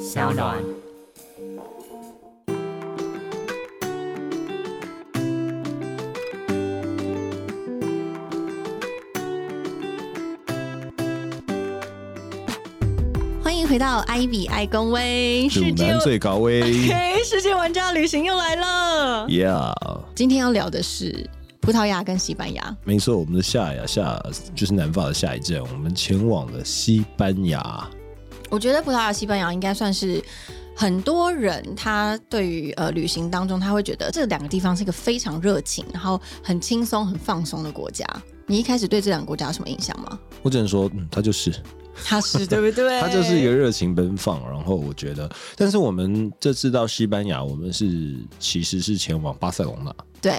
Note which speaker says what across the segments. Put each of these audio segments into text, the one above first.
Speaker 1: 小暖。
Speaker 2: 欢迎回到 I 比爱公威，
Speaker 3: 鲁
Speaker 2: 世界
Speaker 3: 南最高危
Speaker 2: OK，世界玩家旅行又来了。
Speaker 3: ，Yeah，
Speaker 2: 今天要聊的是葡萄牙跟西班牙，
Speaker 3: 没错，我们的下呀下就是南法的下一站，我们前往了西班牙。
Speaker 2: 我觉得葡萄牙、西班牙应该算是。很多人他对于呃旅行当中，他会觉得这两个地方是一个非常热情，然后很轻松、很放松的国家。你一开始对这两个国家有什么印象吗？
Speaker 3: 我只能说，嗯，他就是
Speaker 2: 他是对不对？
Speaker 3: 他就是一个热情奔放。然后我觉得，但是我们这次到西班牙，我们是其实是前往巴塞隆纳
Speaker 2: 对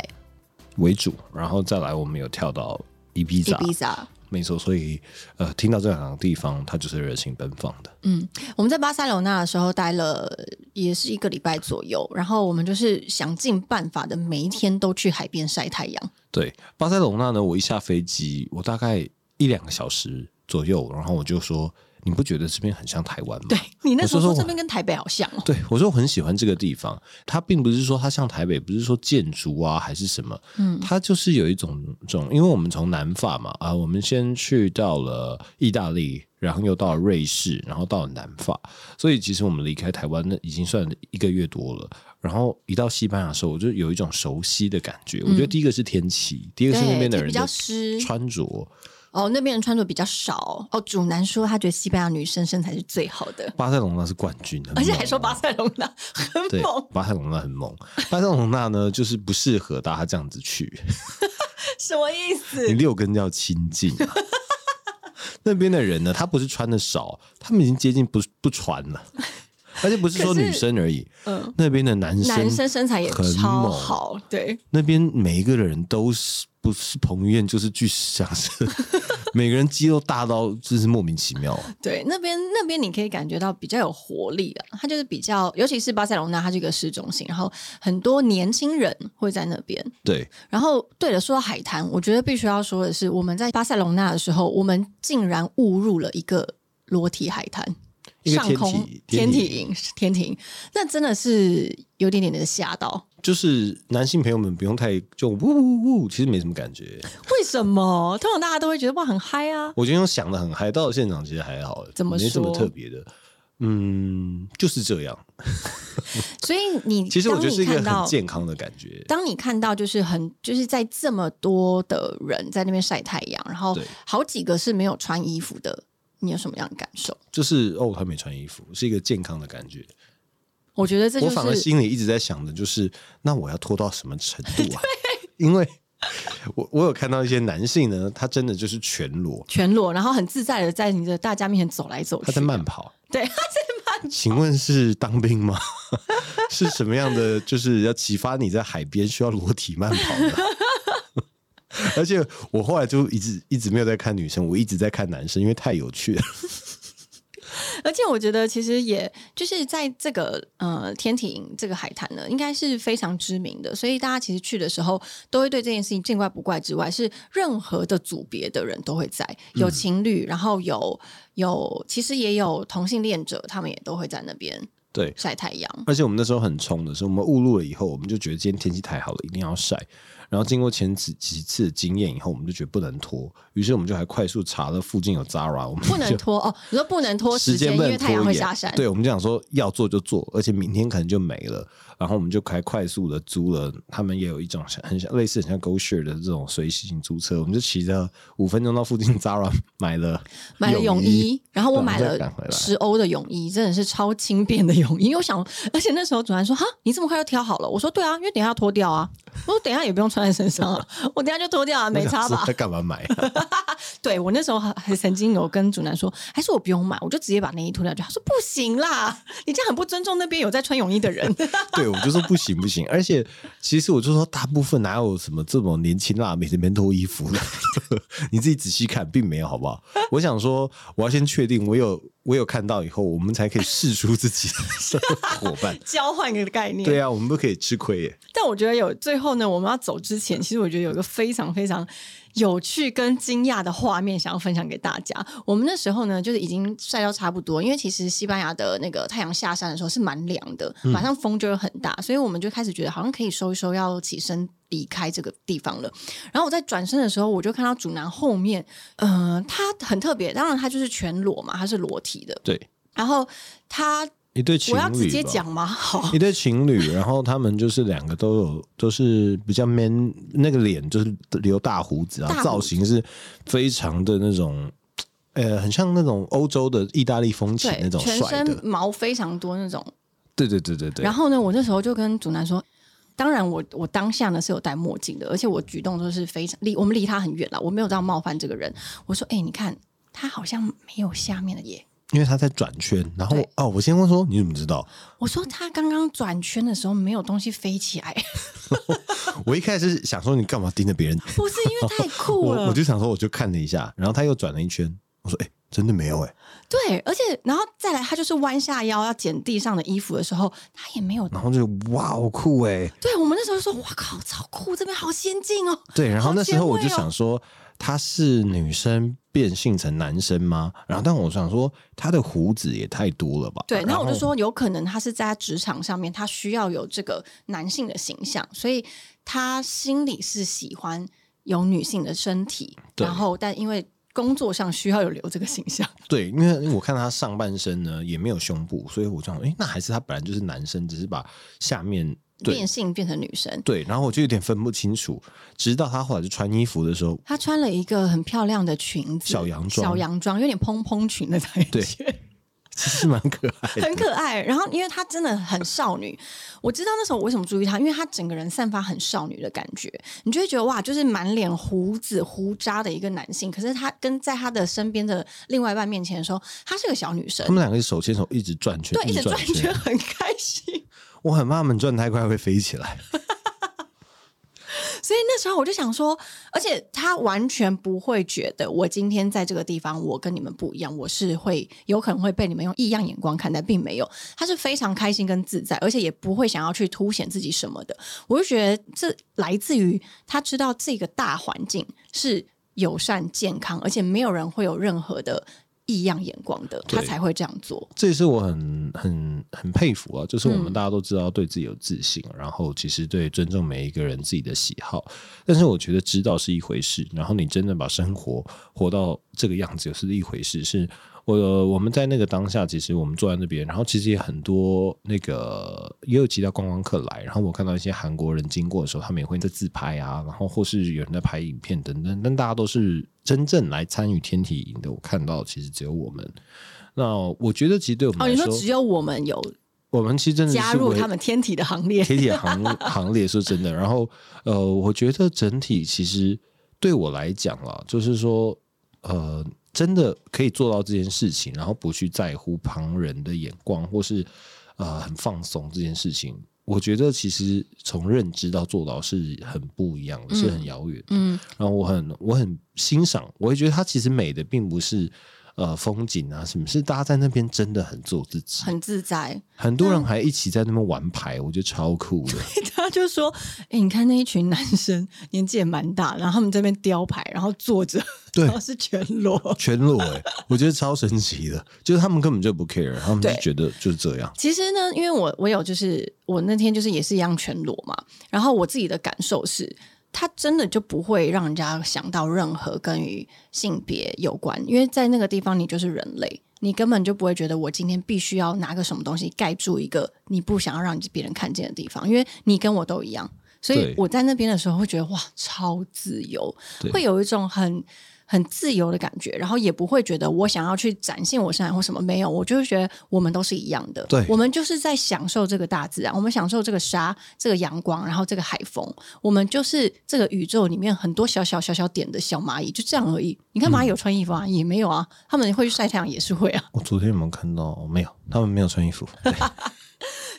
Speaker 3: 为主，然后再来我们有跳到伊比
Speaker 2: 伊
Speaker 3: 萨，
Speaker 2: 比萨。
Speaker 3: 没错。所以呃，听到这两个地方，它就是热情奔放的。
Speaker 2: 嗯，我们在巴塞罗那的时候待了也是一个礼拜左右，然后我们就是想尽办法的，每一天都去海边晒太阳。
Speaker 3: 对，巴塞隆纳呢，我一下飞机，我大概一两个小时左右，然后我就说，你不觉得这边很像台湾吗？
Speaker 2: 对你那时候
Speaker 3: 我
Speaker 2: 说
Speaker 3: 说说
Speaker 2: 这边跟台北好像哦，
Speaker 3: 对，我说我很喜欢这个地方，它并不是说它像台北，不是说建筑啊还是什么，嗯，它就是有一种种，因为我们从南法嘛，啊，我们先去到了意大利，然后又到了瑞士，然后到了南法，所以其实我们离开台湾那已经算一个月多了。然后一到西班牙的时候，我就有一种熟悉的感觉。我觉得第一个是天气，第一个是那边
Speaker 2: 嗯
Speaker 3: 的
Speaker 2: 对，
Speaker 3: 人
Speaker 2: 比
Speaker 3: 的
Speaker 2: 较湿
Speaker 3: 穿着。
Speaker 2: 哦，那边人穿着比较少哦。主男说他觉得西班牙女生身材是最好的，
Speaker 3: 巴塞隆纳是冠军，很
Speaker 2: 而且
Speaker 3: 猛
Speaker 2: 还说
Speaker 3: 哦
Speaker 2: 巴塞罗那很
Speaker 3: 对
Speaker 2: 猛，，
Speaker 3: 巴塞隆纳很猛，巴塞隆纳呢就是不适合大家这样子去。
Speaker 2: 什么意
Speaker 3: 你
Speaker 2: 思？
Speaker 3: 六根要亲近、 啊。那边的人呢，他不是穿的少，他们已经接近不不穿了，而且不是说
Speaker 2: 可是
Speaker 3: 女生而已，
Speaker 2: 嗯，
Speaker 3: 那边的男生，
Speaker 2: 男生身材也
Speaker 3: 很
Speaker 2: 超
Speaker 3: 猛
Speaker 2: 好，对，
Speaker 3: 那边每一个人都是不是彭于晏就是巨像 是，每个人肌肉大到就是莫名其妙。
Speaker 2: 对，那边那边你可以感觉到比较有活力啊，它就是比较，尤其是巴塞隆纳，它是一个市中心，然后很多年轻人会在那边。
Speaker 3: 对，
Speaker 2: 然后，对了，说到海滩，我觉得必须要说的是，我们在巴塞隆纳的时候，我们竟然误入了一个裸体海滩，
Speaker 3: 一个
Speaker 2: 上
Speaker 3: 天
Speaker 2: 空
Speaker 3: 体
Speaker 2: 天
Speaker 3: 天
Speaker 2: 体
Speaker 3: 体
Speaker 2: 营，天体营，那真的是有点点的吓到。
Speaker 3: 就是男性朋友们不用太就呜呜呜，其实没什么感觉。
Speaker 2: 为什么？通常大家都会觉得哇，很嗨啊。
Speaker 3: 我今天想的很嗨，到了现场其实还好，
Speaker 2: 怎么
Speaker 3: 没什么
Speaker 2: 说
Speaker 3: 特别的。嗯，就是这样。
Speaker 2: 所以你
Speaker 3: 其实我觉得是一
Speaker 2: 当你
Speaker 3: 个
Speaker 2: 看到
Speaker 3: 很健康的感觉。
Speaker 2: 当你看到就是很就是在这么多的人在那边晒太阳，然后
Speaker 3: 对
Speaker 2: 好几个是没有穿衣服的，你有什么样的感受？
Speaker 3: 就是哦，他没穿衣服，是一个健康的感觉。
Speaker 2: 我觉得这就
Speaker 3: 我反而
Speaker 2: 是
Speaker 3: 心里一直在想的就是，那我要拖到什么程度 啊？因为我我有看到一些男性呢，他真的就是全裸，
Speaker 2: 全裸，然后很自在的在你的大家面前走来走去。
Speaker 3: 他在慢跑。
Speaker 2: 对，他在慢。
Speaker 3: 请问是当兵吗？ 是什么样的？就是要启发你在海边需要裸体慢跑呢？ 而且我后来就一直一直没有在看女生，我一直在看男生，因为太有趣了。
Speaker 2: 而且我觉得其实也就是在这个呃天体营这个海滩呢，应该是非常知名的，所以大家其实去的时候都会对这件事情见怪不怪之外，是任何的组别的人都会在，
Speaker 3: 嗯
Speaker 2: 有情侣，然后有有其实也有同性恋者，他们也都会在那边
Speaker 3: 对，
Speaker 2: 晒太阳。
Speaker 3: 而且我们那时候很冲的是，我们误入了以后，我们就觉得今天天气太好了，一定要晒。然后经过前几几次的经验以后，我们就觉得不能拖，于是我们就还快速查了附近有 Zara，我们
Speaker 2: 不能
Speaker 3: 就
Speaker 2: 拖哦，你说不能拖时
Speaker 3: 时
Speaker 2: 间，
Speaker 3: 间
Speaker 2: 因
Speaker 3: 不
Speaker 2: 为
Speaker 3: 能
Speaker 2: 太阳
Speaker 3: 拖
Speaker 2: 会
Speaker 3: 延
Speaker 2: 下山。
Speaker 3: 对，我们就想说要做就做，而且明天可能就没了。然后我们就还快速的租了，他们也有一种像很像类似很像 GoShare 的这种随行租车，我们就骑着五分钟到附近 Zara 买了
Speaker 2: 买了泳
Speaker 3: 衣，
Speaker 2: 衣，然后我
Speaker 3: 对
Speaker 2: 买
Speaker 3: 我们再赶
Speaker 2: 了
Speaker 3: 回来
Speaker 2: 十欧的泳衣，真的是超轻便的泳衣。因为我想，而且那时候主任说：“哈，你这么快就挑好了？”我说：“对啊，因为等一下要脱掉啊。”我说：“等一下也不用穿在身上啊， 我等一下就脱 掉啊，没差吧？”
Speaker 3: 在干嘛买？啊
Speaker 2: 对我那时候还还曾经有跟主男说：“还是我不用买，我就直接把内衣脱掉。”就他说：“不行啦， 你这样很不尊重那边有在穿泳衣的人。
Speaker 3: 对，我就说不行不行，而且其实我就说，大部分哪有什么这种年轻辣妹在那边脱衣服的？ 你自己仔细看，并没有，好不好？我想说，我要先确定我有我有看到以后，我们才可以试出自己的伙伴”。
Speaker 2: 交换一个概念，
Speaker 3: 对啊，我们不可以吃亏耶。
Speaker 2: 但我觉得有最后呢，我们要走之前，其实我觉得有一个非常非常有趣跟惊讶的画面想要分享给大家。我们那时候呢，就是已经晒到差不多，因为其实西班牙的那个太阳下山的时候是蛮凉的，
Speaker 3: 嗯
Speaker 2: 马上风就会很大，所以我们就开始觉得好像可以收一收，要起身离开这个地方了。然后我在转身的时候，我就看到主男后面，呃，他很特别，当然他就是全裸嘛，他是裸体的，
Speaker 3: 对，
Speaker 2: 然后他。
Speaker 3: 一对情
Speaker 2: 我
Speaker 3: 侣，
Speaker 2: 要直接讲。吗？ 好，
Speaker 3: 一对情侣，然后他们就是两个都有，都是比较 man，那个脸就是留大胡子，然
Speaker 2: 大
Speaker 3: 后
Speaker 2: 胡
Speaker 3: 造型是非常的那种，呃，很像那种欧洲的意大利风情
Speaker 2: 对，
Speaker 3: 那种
Speaker 2: 全
Speaker 3: 帅
Speaker 2: 身
Speaker 3: 的，
Speaker 2: 毛非常多那种。
Speaker 3: 对对对对对
Speaker 2: 然。后呢，我那时候就跟祖南说，当然我我当下呢是有戴墨镜的，而且我举动都是非常离我们离他很远了，我没有到冒犯这个人。我说，哎、你看他好像没有下面的耶。
Speaker 3: 因为他在转圈，然后
Speaker 2: 对
Speaker 3: 哦，我先问说你怎么知道？
Speaker 2: 我说他刚刚转圈的时候没有东西飞起来，
Speaker 3: 我一开始想说你干嘛盯着 别人，
Speaker 2: 不是因为太酷
Speaker 3: 我
Speaker 2: 了
Speaker 3: 我，就想说我就看了一下，然后他又转了一圈，我说哎、真的没有哎、
Speaker 2: 对，而且然后再来他就是弯下腰要捡地上的衣服的时候，他也没有。
Speaker 3: 然后就哇好酷哎、
Speaker 2: 对我们那时候就说，哇靠，超酷，这边好先进哦。
Speaker 3: 对，然后
Speaker 2: 好
Speaker 3: 那时候我
Speaker 2: 前
Speaker 3: 就
Speaker 2: 卫哦
Speaker 3: 想说，她是女生变性成男生吗？然后但我想说，她的胡子也太多了吧？
Speaker 2: 对，然后我就，说，有可能他是在职场上面，他需要有这个男性的形象，所以他心里是喜欢有女性的身体，
Speaker 3: 对
Speaker 2: 然后但因为工作上需要有留这个形象，
Speaker 3: 对，因为我看她上半身呢也没有胸部，所以我就想，哎，那还是她本来就是男生，只是把下面对
Speaker 2: 变性变成女生。
Speaker 3: 对，然后我就有点分不清楚，直到她后来就穿衣服的时候，
Speaker 2: 她穿了一个很漂亮的裙子，
Speaker 3: 小洋装
Speaker 2: 小洋装有点蓬蓬裙的感
Speaker 3: 对
Speaker 2: 觉，
Speaker 3: 其实蛮可爱的，
Speaker 2: 很可爱。然后，因为她真的很少女，我知道那时候我为什么注意她，因为她整个人散发很少女的感觉，你就会觉得哇，就是满脸胡子胡渣的一个男性，可是他跟在他的身边的另外一半面前的时候，她是个小女生
Speaker 3: 他，们两个手牵手一直转圈，
Speaker 2: 对，一直转圈
Speaker 3: 圈，
Speaker 2: 很开心。
Speaker 3: 我很怕他们转太快会飞起来。
Speaker 2: 所以那时候我就想说，而且他完全不会觉得我今天在这个地方我跟你们不一样，我是会有可能会被你们用异样眼光看待，并没有，他是非常开心跟自在，而且也不会想要去凸显自己什么的。我就觉得这来自于他知道这个大环境是友善、健康，而且没有人会有任何的异样眼光的，
Speaker 3: 对
Speaker 2: 他才会这样做。
Speaker 3: 这也是我很很很佩服啊！就是我们大家都知道对自己有自信，然后其实对尊重每一个人自己的喜好。但是我觉得知道是一回事，然后你真的把生活活到这个样子又是一回事。是我我们在那个当下，其实我们坐在那边，然后其实也很多那个也有其他观光客来，然后我看到一些韩国人经过的时候，他们也会在自拍啊，然后或是有人在拍影片等等。但大家都是真正来参与天体营的，我看到其实只有我们。那我觉得，其实对我们
Speaker 2: 哦，
Speaker 3: 来
Speaker 2: 你
Speaker 3: 说，
Speaker 2: 说只有我们有
Speaker 3: 我们其实真的是
Speaker 2: 加入
Speaker 3: 为
Speaker 2: 他们天体的行 列，
Speaker 3: 铁铁行行列说真的，然后呃，我觉得整体其实对我来讲啊，就是说呃，真的可以做到这件事情，然后不去在乎旁人的眼光，或是呃很放松这件事情。我觉得其实从认知到做到是很不一样的，是很遥远的。
Speaker 2: 嗯，
Speaker 3: 然后我很我很欣赏，我会觉得它其实美的并不是呃风景啊什么，是大家在那边真的很做自己，
Speaker 2: 很嗯自在。
Speaker 3: 很多人还一起在那边玩牌，我觉得超酷的。
Speaker 2: 他就说：“哎、你看那一群男生年纪也蛮大，然后他们这边雕牌，然后坐着，
Speaker 3: 对
Speaker 2: 然后是全裸。
Speaker 3: 全裸哎、我觉得超神奇的，就是他们根本就不 care，他们就
Speaker 2: 对
Speaker 3: 觉得就是这样。
Speaker 2: 其实呢，因为我我有就是我那天就是也是一样全裸嘛，然后我自己的感受是，他真的就不会让人家想到任何跟于性别有关，因为在那个地方你就是人类，你根本就不会觉得我今天必须要拿个什么东西盖住一个你不想要让别人看见的地方，因为你跟我都一样。”所以
Speaker 3: 对
Speaker 2: 我在那边的时候会觉得哇，超自由，
Speaker 3: 对
Speaker 2: 会有一种很很自由的感觉，然后也不会觉得我想要去展现我身材或什么没有，我就是觉得我们都是一样的，
Speaker 3: 对
Speaker 2: 我们就是在享受这个大自然，我们享受这个沙、这个阳光，然后这个海风，我们就是这个宇宙里面很多小小小小点的小蚂蚁，就这样而已。你看蚂蚁有穿衣服啊？也没有啊，他们会去晒太阳也是会啊，
Speaker 3: 我昨天有没有看到？哦没有，他们没有穿衣服。对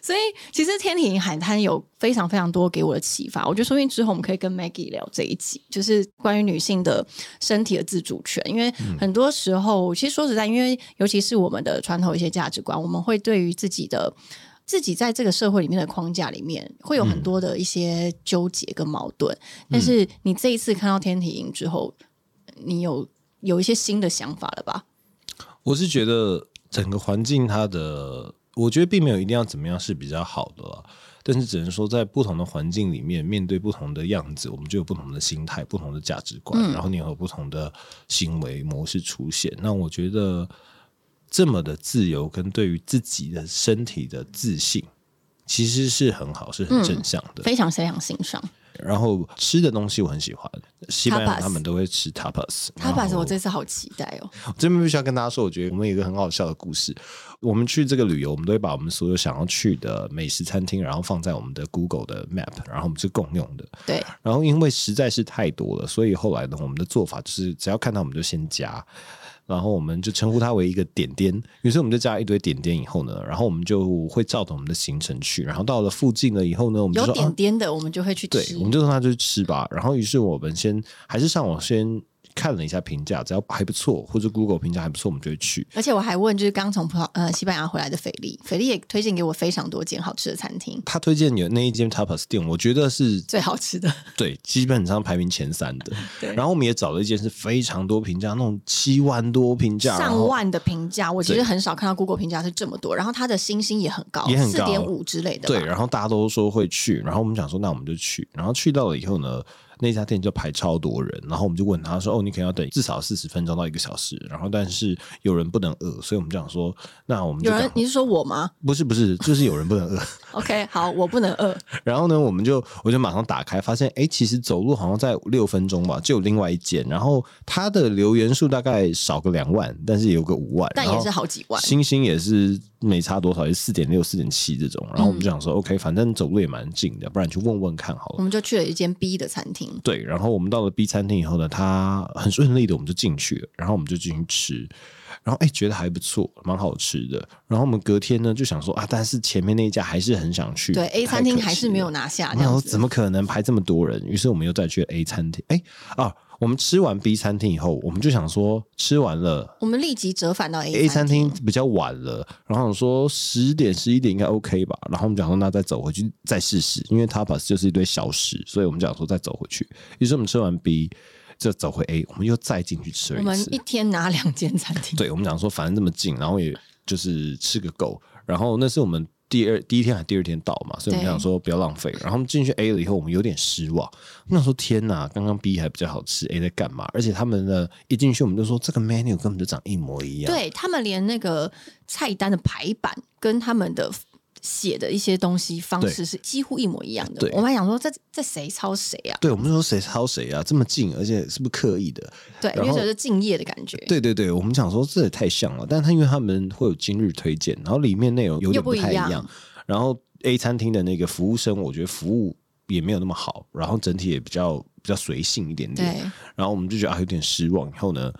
Speaker 2: 所以其实天体营海滩有非常非常多给我的启发，我觉得说不定之后我们可以跟 Maggie 聊这一集，就是关于女性的身体的自主权，因为很多时候、其实说实在，因为尤其是我们的传统一些价值观，我们会对于自己的。自己在这个社会里面的框架里面，会有很多的一些纠结跟矛盾。但是你这一次看到天体营之后，你有有一些新的想法了吧？
Speaker 3: 我是觉得整个环境它的，我觉得并没有一定要怎么样是比较好的啦，但是只能说在不同的环境里面，面对不同的样子，我们就有不同的心态、不同的价值观，然后你有不同的行为模式出现。那我觉得这么的自由跟对于自己的身体的自信，其实是很好，是很正向的。
Speaker 2: 非常非常欣赏。
Speaker 3: 然后吃的东西我很喜欢，西班牙
Speaker 2: Tapas
Speaker 3: 他们都会吃 tapas。
Speaker 2: 他把我这次好期待哦，
Speaker 3: 这边必须要跟大家说，我觉得我们有一个很好笑的故事。我们去这个旅游，我们都会把我们所有想要去的美食餐厅，然后放在我们的 Google 的 Map，然后我们是共用的。
Speaker 2: 对，
Speaker 3: 然后因为实在是太多了，所以后来呢，我们的做法就是只要看到我们就先加，然后我们就称呼它为一个点点。于是我们就加了一堆点点以后呢，然后我们就会照着我们的行程去。然后到了附近了以后呢，我们就
Speaker 2: 有
Speaker 3: 说啊
Speaker 2: 点点的我们就会去
Speaker 3: 对，
Speaker 2: 吃
Speaker 3: 我，们就让他去吃吧。然后，于是我们先还是上网先看了一下评价，只要还不错，或者 Google 评价还不错，我们就会去。
Speaker 2: 而且我还问，就是刚从葡萄呃西班牙回来的斐利，斐利也推荐给我非常多间好吃的餐厅，
Speaker 3: 他推荐有那一间 tapas 店，我觉得是
Speaker 2: 最好吃 的。
Speaker 3: 对，基本上排名前三的。
Speaker 2: 对
Speaker 3: 然后我们也找了一间是非常多评价，那种七万多评价，然
Speaker 2: 上
Speaker 3: 后
Speaker 2: 万的评价，我其实
Speaker 3: 对
Speaker 2: 很少看到 Google 评价是这么多，然后它的星星也很高，
Speaker 3: 也很
Speaker 2: 四
Speaker 3: 高
Speaker 2: 点五之类的吧。
Speaker 3: 对，然后大家都说会去，然后我们想说那我们就去，然后去到了以后呢，那家店就排超多人，然后我们就问他说，哦，你可能要等至少四十分钟到一个小时，然后但是有人不能饿，所以我们就想说，那我们就
Speaker 2: 有人
Speaker 3: 赶，
Speaker 2: 你是说我吗
Speaker 3: 不是不是，就是有人不能饿，
Speaker 2: ？OK，好，我不能饿，
Speaker 3: 然后呢，我们就我就马上打开，发现哎，诶其实走路好像在六分钟吧，就有另外一间，然后它的留言数大概少个两万，但是有个五万，
Speaker 2: 但
Speaker 3: 然
Speaker 2: 也
Speaker 3: 后
Speaker 2: 是好几万。
Speaker 3: 星星也是没差多少，也四点六、四点七这种。然后我们
Speaker 2: 嗯
Speaker 3: 就想说、o k 反正走路也蛮近的，不然去问问看好
Speaker 2: 我
Speaker 3: 了。
Speaker 2: 们就去了一间 B 的餐厅，
Speaker 3: 对，然后我们到了 B 餐厅以后呢，它很顺利的我们就进去了，然后我们就进去吃，然后哎觉得还不错，蛮好吃的。然后我们隔天呢就想说啊，但是前面那一家还是很想去，
Speaker 2: 对 A 餐厅
Speaker 3: 太可惜
Speaker 2: 还是没有拿下，
Speaker 3: 了。
Speaker 2: 这
Speaker 3: 然
Speaker 2: 样
Speaker 3: 后
Speaker 2: 子
Speaker 3: 怎么可能排这么多人？于是我们又再去 A 餐厅，哎啊，我们吃完 B 餐厅以后，我们就想说吃完了。
Speaker 2: 我们立即折返到
Speaker 3: A
Speaker 2: 餐
Speaker 3: 餐厅比较晚了，然后我说十点十一点应该 OK 吧，然后我们讲说那再走回去再试试，因为 tapas 就是一堆小食，所以我们讲说再走回去。于是我们吃完 B 就走回 A，我们又再进去吃了
Speaker 2: 我
Speaker 3: 一
Speaker 2: 们
Speaker 3: 次
Speaker 2: 一。天拿两间餐厅，
Speaker 3: 对，我们讲说反正这么近，然后也就是吃个够。然后那是我们第二第一天还第二天到嘛，所以我们
Speaker 2: 对
Speaker 3: 想说不要浪费。然后我们进去 A 了以后，我们有点失望。我们想说天哪，刚刚 B 还比较好吃，A 在干嘛？而且他们呢一进去我们就说这个 menu 根本就长一模一样。
Speaker 2: 对他们连那个菜单的排版跟他们的写的一些东西方式是几乎一模一样的
Speaker 3: 对。
Speaker 2: 我们还想说这这谁抄谁啊？
Speaker 3: 对，我们就说谁抄谁啊，这么近，而且是不是刻意的？
Speaker 2: 对，
Speaker 3: 然
Speaker 2: 有
Speaker 3: 后
Speaker 2: 点是敬业的感觉，
Speaker 3: 对对对，我们想说这也太像了，但他因为他们会有今日推荐，然后里面内容有
Speaker 2: 又
Speaker 3: 点
Speaker 2: 不一
Speaker 3: 太一
Speaker 2: 样
Speaker 3: 样，然后 A 餐厅的那个服务生，我觉得服务也没有那么好，然后整体也比较比较随性一点点，
Speaker 2: 对
Speaker 3: 然后我们就觉得啊有点失望。以后呢，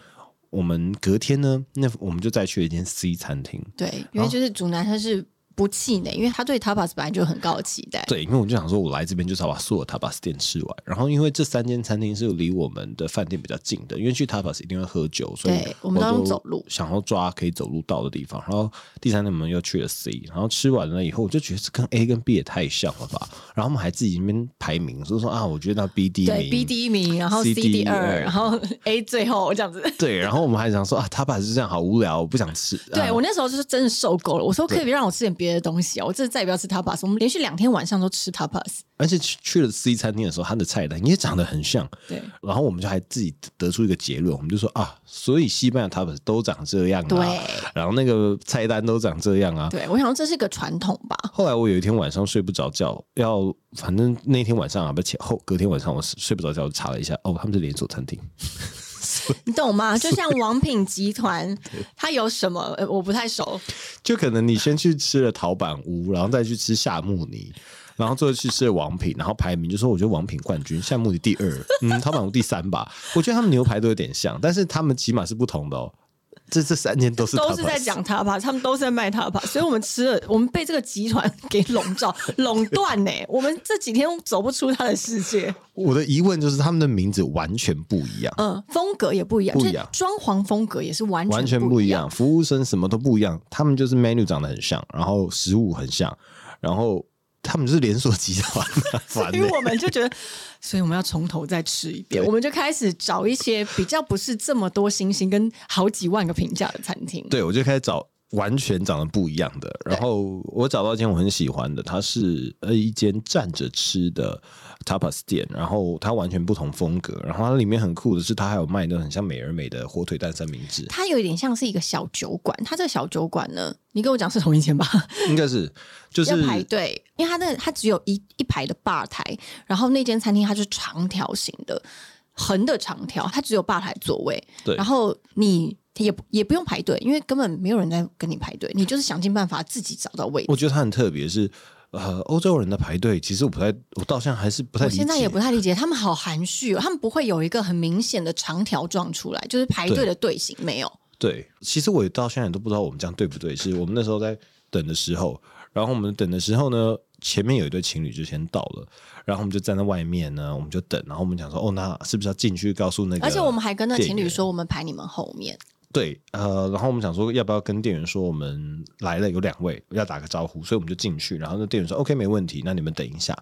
Speaker 3: 我们隔天呢，那我们就再去了一间 C 餐厅，
Speaker 2: 对，因为就是主男他是不气馁，因为他对 tapas 本来就有很高的期待。
Speaker 3: 对，因为我就想说，我来这边就是要把所有 tapas 店吃完。然后，因为这三间餐厅是离我们的饭店比较近的，因为去 tapas 一定会喝酒，所以
Speaker 2: 对我们都用走路
Speaker 3: 想要抓可以走路到的地方。然后第三天我们又去了 C，然后吃完了以后，我就觉得这跟 A 跟 B 也太像了吧。然后我们还自己那边排名，所以说啊，我觉得那 B 第一
Speaker 2: 对
Speaker 3: 名
Speaker 2: ，B 第一名，然后 C
Speaker 3: C
Speaker 2: 第二，
Speaker 3: 二
Speaker 2: 然后 A 最后这样子。
Speaker 3: 对，然后我们还想说啊，tapas 是这样好无聊，我不想吃。
Speaker 2: 对
Speaker 3: 啊
Speaker 2: 我那时候就是真的受够了，我说可以
Speaker 3: 对
Speaker 2: 让我吃点别的东西啊，我真的再也不要吃 tapas。我们连续两天晚上都吃 tapas，
Speaker 3: 而且去去了 C 餐厅的时候，它的菜单也长得很像。
Speaker 2: 对
Speaker 3: 然后我们就还自己得出一个结论，我们就说啊，所以西班牙 tapas 都长这样啊，
Speaker 2: 对
Speaker 3: 然后那个菜单都长这样啊。
Speaker 2: 对，我想说这是个传统吧，
Speaker 3: 后来我有一天晚上睡不着觉，要反正那天晚上啊，不前后隔天晚上我睡不着觉，我查了一下，哦，他们是连锁餐厅，
Speaker 2: 你懂吗？就像王品集团， 它有什么、呃、我不太熟，
Speaker 3: 就可能你先去吃了陶板屋，然后再去吃夏目尼。然后最后去吃了王品，然后排名就说我觉得王品冠军，夏目尼第 二，嗯，陶板屋第三吧。我觉得他们牛排都有点像，但是他们起码是不同的哦。这这三天都是
Speaker 2: 都是在
Speaker 3: tapas
Speaker 2: 讲塔帕，他们都是在卖塔帕，所以我们吃了，我们被这个集团给笼 罩、垄断呢、我们这几天走不出他的世 界，
Speaker 3: 我的疑问就是他们的名字完全不一样，
Speaker 2: 嗯，风格也不一样，
Speaker 3: 不一样
Speaker 2: 就是装潢风格也是完全
Speaker 3: 完全
Speaker 2: 不
Speaker 3: 不一。样，服务生什么都不一样，他们就是 menu 长得很像，然后食物很像，然后他们就是连锁集团，
Speaker 2: 所
Speaker 3: 烦
Speaker 2: 以
Speaker 3: 欸
Speaker 2: 我们就觉得， 所以我们要从头再吃一遍，
Speaker 3: 对
Speaker 2: 我们就开始找一些比较不是这么多星星跟好几万个评价的餐厅。
Speaker 3: 对，我就开始找完全长得不一样的。然后我找到一间我很喜欢的，它是呃一间站着吃的 tapas 店，然后它完全不同风格。然后它里面很酷的是，它还有卖那种很像美而美的火腿蛋三明治，
Speaker 2: 它有一点像是一个小酒馆，它这个小酒馆呢，你跟我讲是同一间吧？
Speaker 3: 应该是就是
Speaker 2: 要排队，因为它那它只有一一排的吧台，然后那间餐厅它是长条形的，横的长条，它只有吧台座位，
Speaker 3: 对
Speaker 2: 然后你也不也不用排队，因为根本没有人在跟你排队，你就是想尽办法自己找到位置。
Speaker 3: 我觉得它很特别是。呃，欧洲人的排队，其实我不太，我到现在还是不太
Speaker 2: 我
Speaker 3: 理解。
Speaker 2: 现在也不太理解，他们好含蓄、哦，他们不会有一个很明显的长条状出来，就是排队
Speaker 3: 对
Speaker 2: 的队形没有。
Speaker 3: 对，其实我也到现在都不知道我们这样对不对。是我们那时候在等的时候，然后我们等的时候呢，前面有一对情侣就先到了，然后我们就站在外面呢，我们就等，然后我们讲说，哦，那是不是要进去告诉那个？
Speaker 2: 而且我们还跟那情侣
Speaker 3: 店员
Speaker 2: 说，我们排你们后面。
Speaker 3: 对，呃，然后我们想说要不要跟店员说我们来了有两位要打个招呼，所以我们就进去，然后那店员说 OK 没问题，那你们等一下，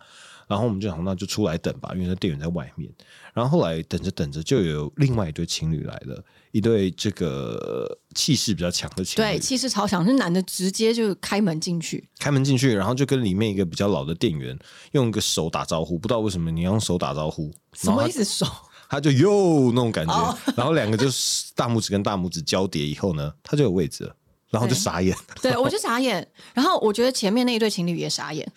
Speaker 3: 然后我们就想那就出来等吧，因为那店员在外面，然后后来等着等着就有另外一对情侣来了，一对这个气势比较强的情侣，
Speaker 2: 对，气势超强，那男的直接就开门进去，
Speaker 3: 开门进去，然后就跟里面一个比较老的店员用一个手打招呼，不知道为什么你要用手打招呼，
Speaker 2: 什
Speaker 3: 然
Speaker 2: 么
Speaker 3: 后他
Speaker 2: 意思手？
Speaker 3: 他就哟那种感觉，
Speaker 2: 哦
Speaker 3: 然后两个就是大拇指跟大拇指交叠以后呢，他就有位置了，然后就
Speaker 2: 对
Speaker 3: 傻眼。
Speaker 2: 对我就傻眼，然后我觉得前面那一对情侣也傻眼，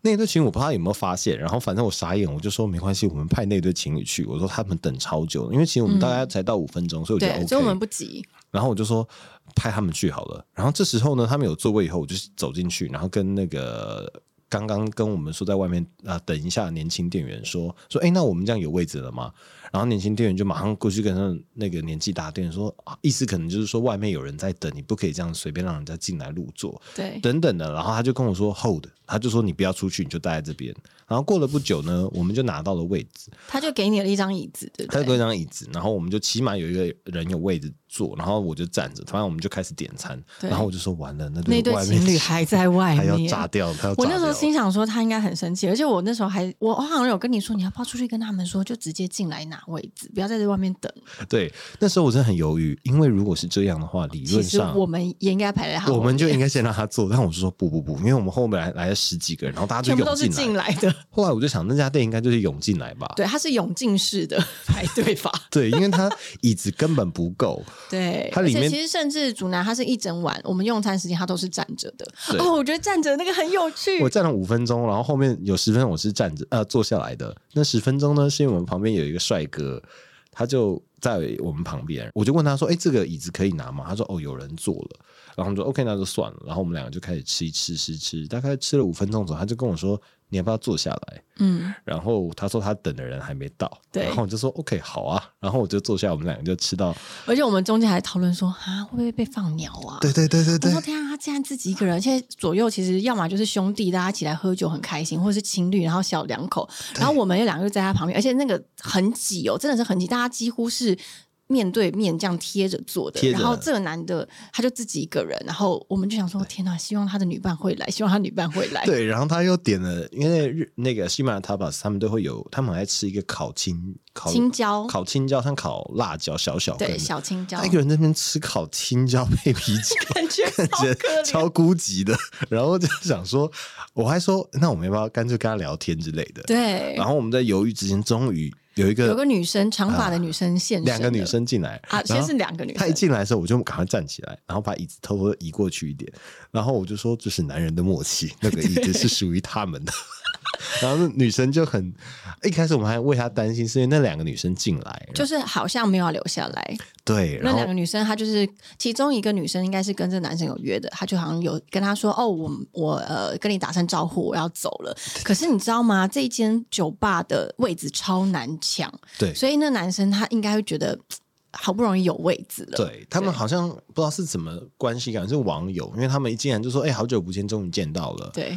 Speaker 3: 那对情侣我不知道他有没有发现，然后反正我傻眼，我就说没关系，我们派那对情侣去，我说他们等超久，因为其实我们大概才到五分钟，所以我觉得
Speaker 2: 对，
Speaker 3: OK。
Speaker 2: 所以我们不急。
Speaker 3: 然后我就说派他们去好了。然后这时候呢，他们有座位以后，我就走进去，然后跟那个刚刚跟我们说在外面啊、呃等一下的年轻店员说说，哎，那我们这样有位置了吗？然后年轻店员就马上过去跟他那个年纪大的店员说、啊，意思可能就是说外面有人在等，你不可以这样随便让人家进来入座。
Speaker 2: 对，
Speaker 3: 等等的，然后他就跟我说 hold，他就说你不要出去，你就待在这边。然后过了不久呢，我们就拿到了位置，
Speaker 2: 他就给你了一张椅子，对不
Speaker 3: 他就给
Speaker 2: 对？
Speaker 3: 我一张椅子，然后我们就起码有一个人有位置坐，然后我就站着，反正我们就开始点餐，
Speaker 2: 对
Speaker 3: 然后我就说完了，那
Speaker 2: 那
Speaker 3: 对
Speaker 2: 对
Speaker 3: 外面
Speaker 2: 情侣还在外
Speaker 3: 还要
Speaker 2: 面。
Speaker 3: 炸掉，他要炸
Speaker 2: 我那时候
Speaker 3: 掉
Speaker 2: 心想说，他应该很生气，而且我那时候还，我我好像有跟你说，你要不要出去跟他们说，就直接进来拿位置，不要在这外面等。
Speaker 3: 对，那时候我真的很犹豫，因为如果是这样的话，理
Speaker 2: 其
Speaker 3: 论
Speaker 2: 实
Speaker 3: 上
Speaker 2: 我们也应该排在他后
Speaker 3: 我
Speaker 2: 面，
Speaker 3: 们就应该先让他坐，但我是说不不不，因为我们后面来来了十几个人，然后大家
Speaker 2: 全
Speaker 3: 就
Speaker 2: 部都
Speaker 3: 涌
Speaker 2: 是
Speaker 3: 进来。
Speaker 2: 进来的。
Speaker 3: 后来我就想，那家店应该就是涌进来吧。
Speaker 2: 对，他是永进式 的排队法。
Speaker 3: 对，因为他椅子根本不够，
Speaker 2: 对，
Speaker 3: 它里
Speaker 2: 而且
Speaker 3: 面
Speaker 2: 其实甚至主男他是一整晚，我们用餐时间他都是站着的。
Speaker 3: 对
Speaker 2: 哦，我觉得站着那个很有 趣
Speaker 3: 我。站了五分钟，然后后面有十分钟我是站着呃坐下来的，那十分钟呢是因为我们旁边有一个帅哥，他就在我们旁边，我就问他说：“哎、这个椅子可以拿吗？”他说：“哦，有人坐了。”然后我们说：“OK，那就算了。”然后我们两个就开始吃一吃吃吃，大概吃了五分钟左右，他就跟我说：“你要不要坐下来
Speaker 2: 嗯，？”
Speaker 3: 然后他说他等的人还没到，
Speaker 2: 对
Speaker 3: 然后我就说 OK 好啊，然后我就坐下，我们两个就吃到，
Speaker 2: 而且我们中间还讨论说，啊，会不会被放鸟啊？
Speaker 3: 对对对对
Speaker 2: 我
Speaker 3: 对
Speaker 2: 说，天啊，他竟然自己一个人，而且左右其实要么就是兄弟，大家一起来喝酒很开心，或者是情侣，然后小两口，然后我们有两个就在他旁边，而且那个很挤哦，真的是很挤，大家几乎是。面对面这样贴着坐的，
Speaker 3: 贴着
Speaker 2: 然后这个男的他就自己一个人，然后我们就想说：天哪，希望他的女伴会来，希望他女伴会来。
Speaker 3: 对，然后 他又点了，因为日那个西班牙 tapas 他们都会有，他们很爱吃一个烤青 烤
Speaker 2: 青椒
Speaker 3: 烤青椒，像烤辣椒小小根
Speaker 2: 对，
Speaker 3: 的。
Speaker 2: 小青椒，
Speaker 3: 他一，个人在那边吃烤青椒配啤酒
Speaker 2: 感 觉 超
Speaker 3: 觉
Speaker 2: 可
Speaker 3: 得
Speaker 2: 怜。
Speaker 3: 超孤寂的。 然后就想说，我还说，那我们要不要干脆跟他聊天之类的？
Speaker 2: 对
Speaker 3: 然，后我们在犹豫之间，终于有一
Speaker 2: 有
Speaker 3: 个
Speaker 2: 个女生长发的女生现身了，
Speaker 3: 两个女生进来
Speaker 2: 啊，
Speaker 3: 然
Speaker 2: 先
Speaker 3: 后
Speaker 2: 是两个女
Speaker 3: 他一
Speaker 2: 生，
Speaker 3: 进来的时候，我就赶快站起来，然后把椅子偷偷地移过去一点，然后我就说这是男人的默契，那个椅子是属于他们的。 然后那女生就很，一开始我们还为她担心，是因为那两个女生进来，
Speaker 2: 就是好像没有要留下来。
Speaker 3: 对，
Speaker 2: 那
Speaker 3: 然
Speaker 2: 两个
Speaker 3: 后
Speaker 2: 女生，她就是其中一个女生，应该是跟这男生有约的，她就好像有跟他说：“哦，我我呃跟你打声招呼，我要走了。” 可是你知道吗？这一间酒吧的位置超难抢，
Speaker 3: 对
Speaker 2: 所以那男生他应该会觉得。嘖好不容易有位置了。
Speaker 3: 对他们好像不知道是怎么关系感，是网友，因为他们一进来就说：“哎、好久不见，终于见到了。
Speaker 2: 对”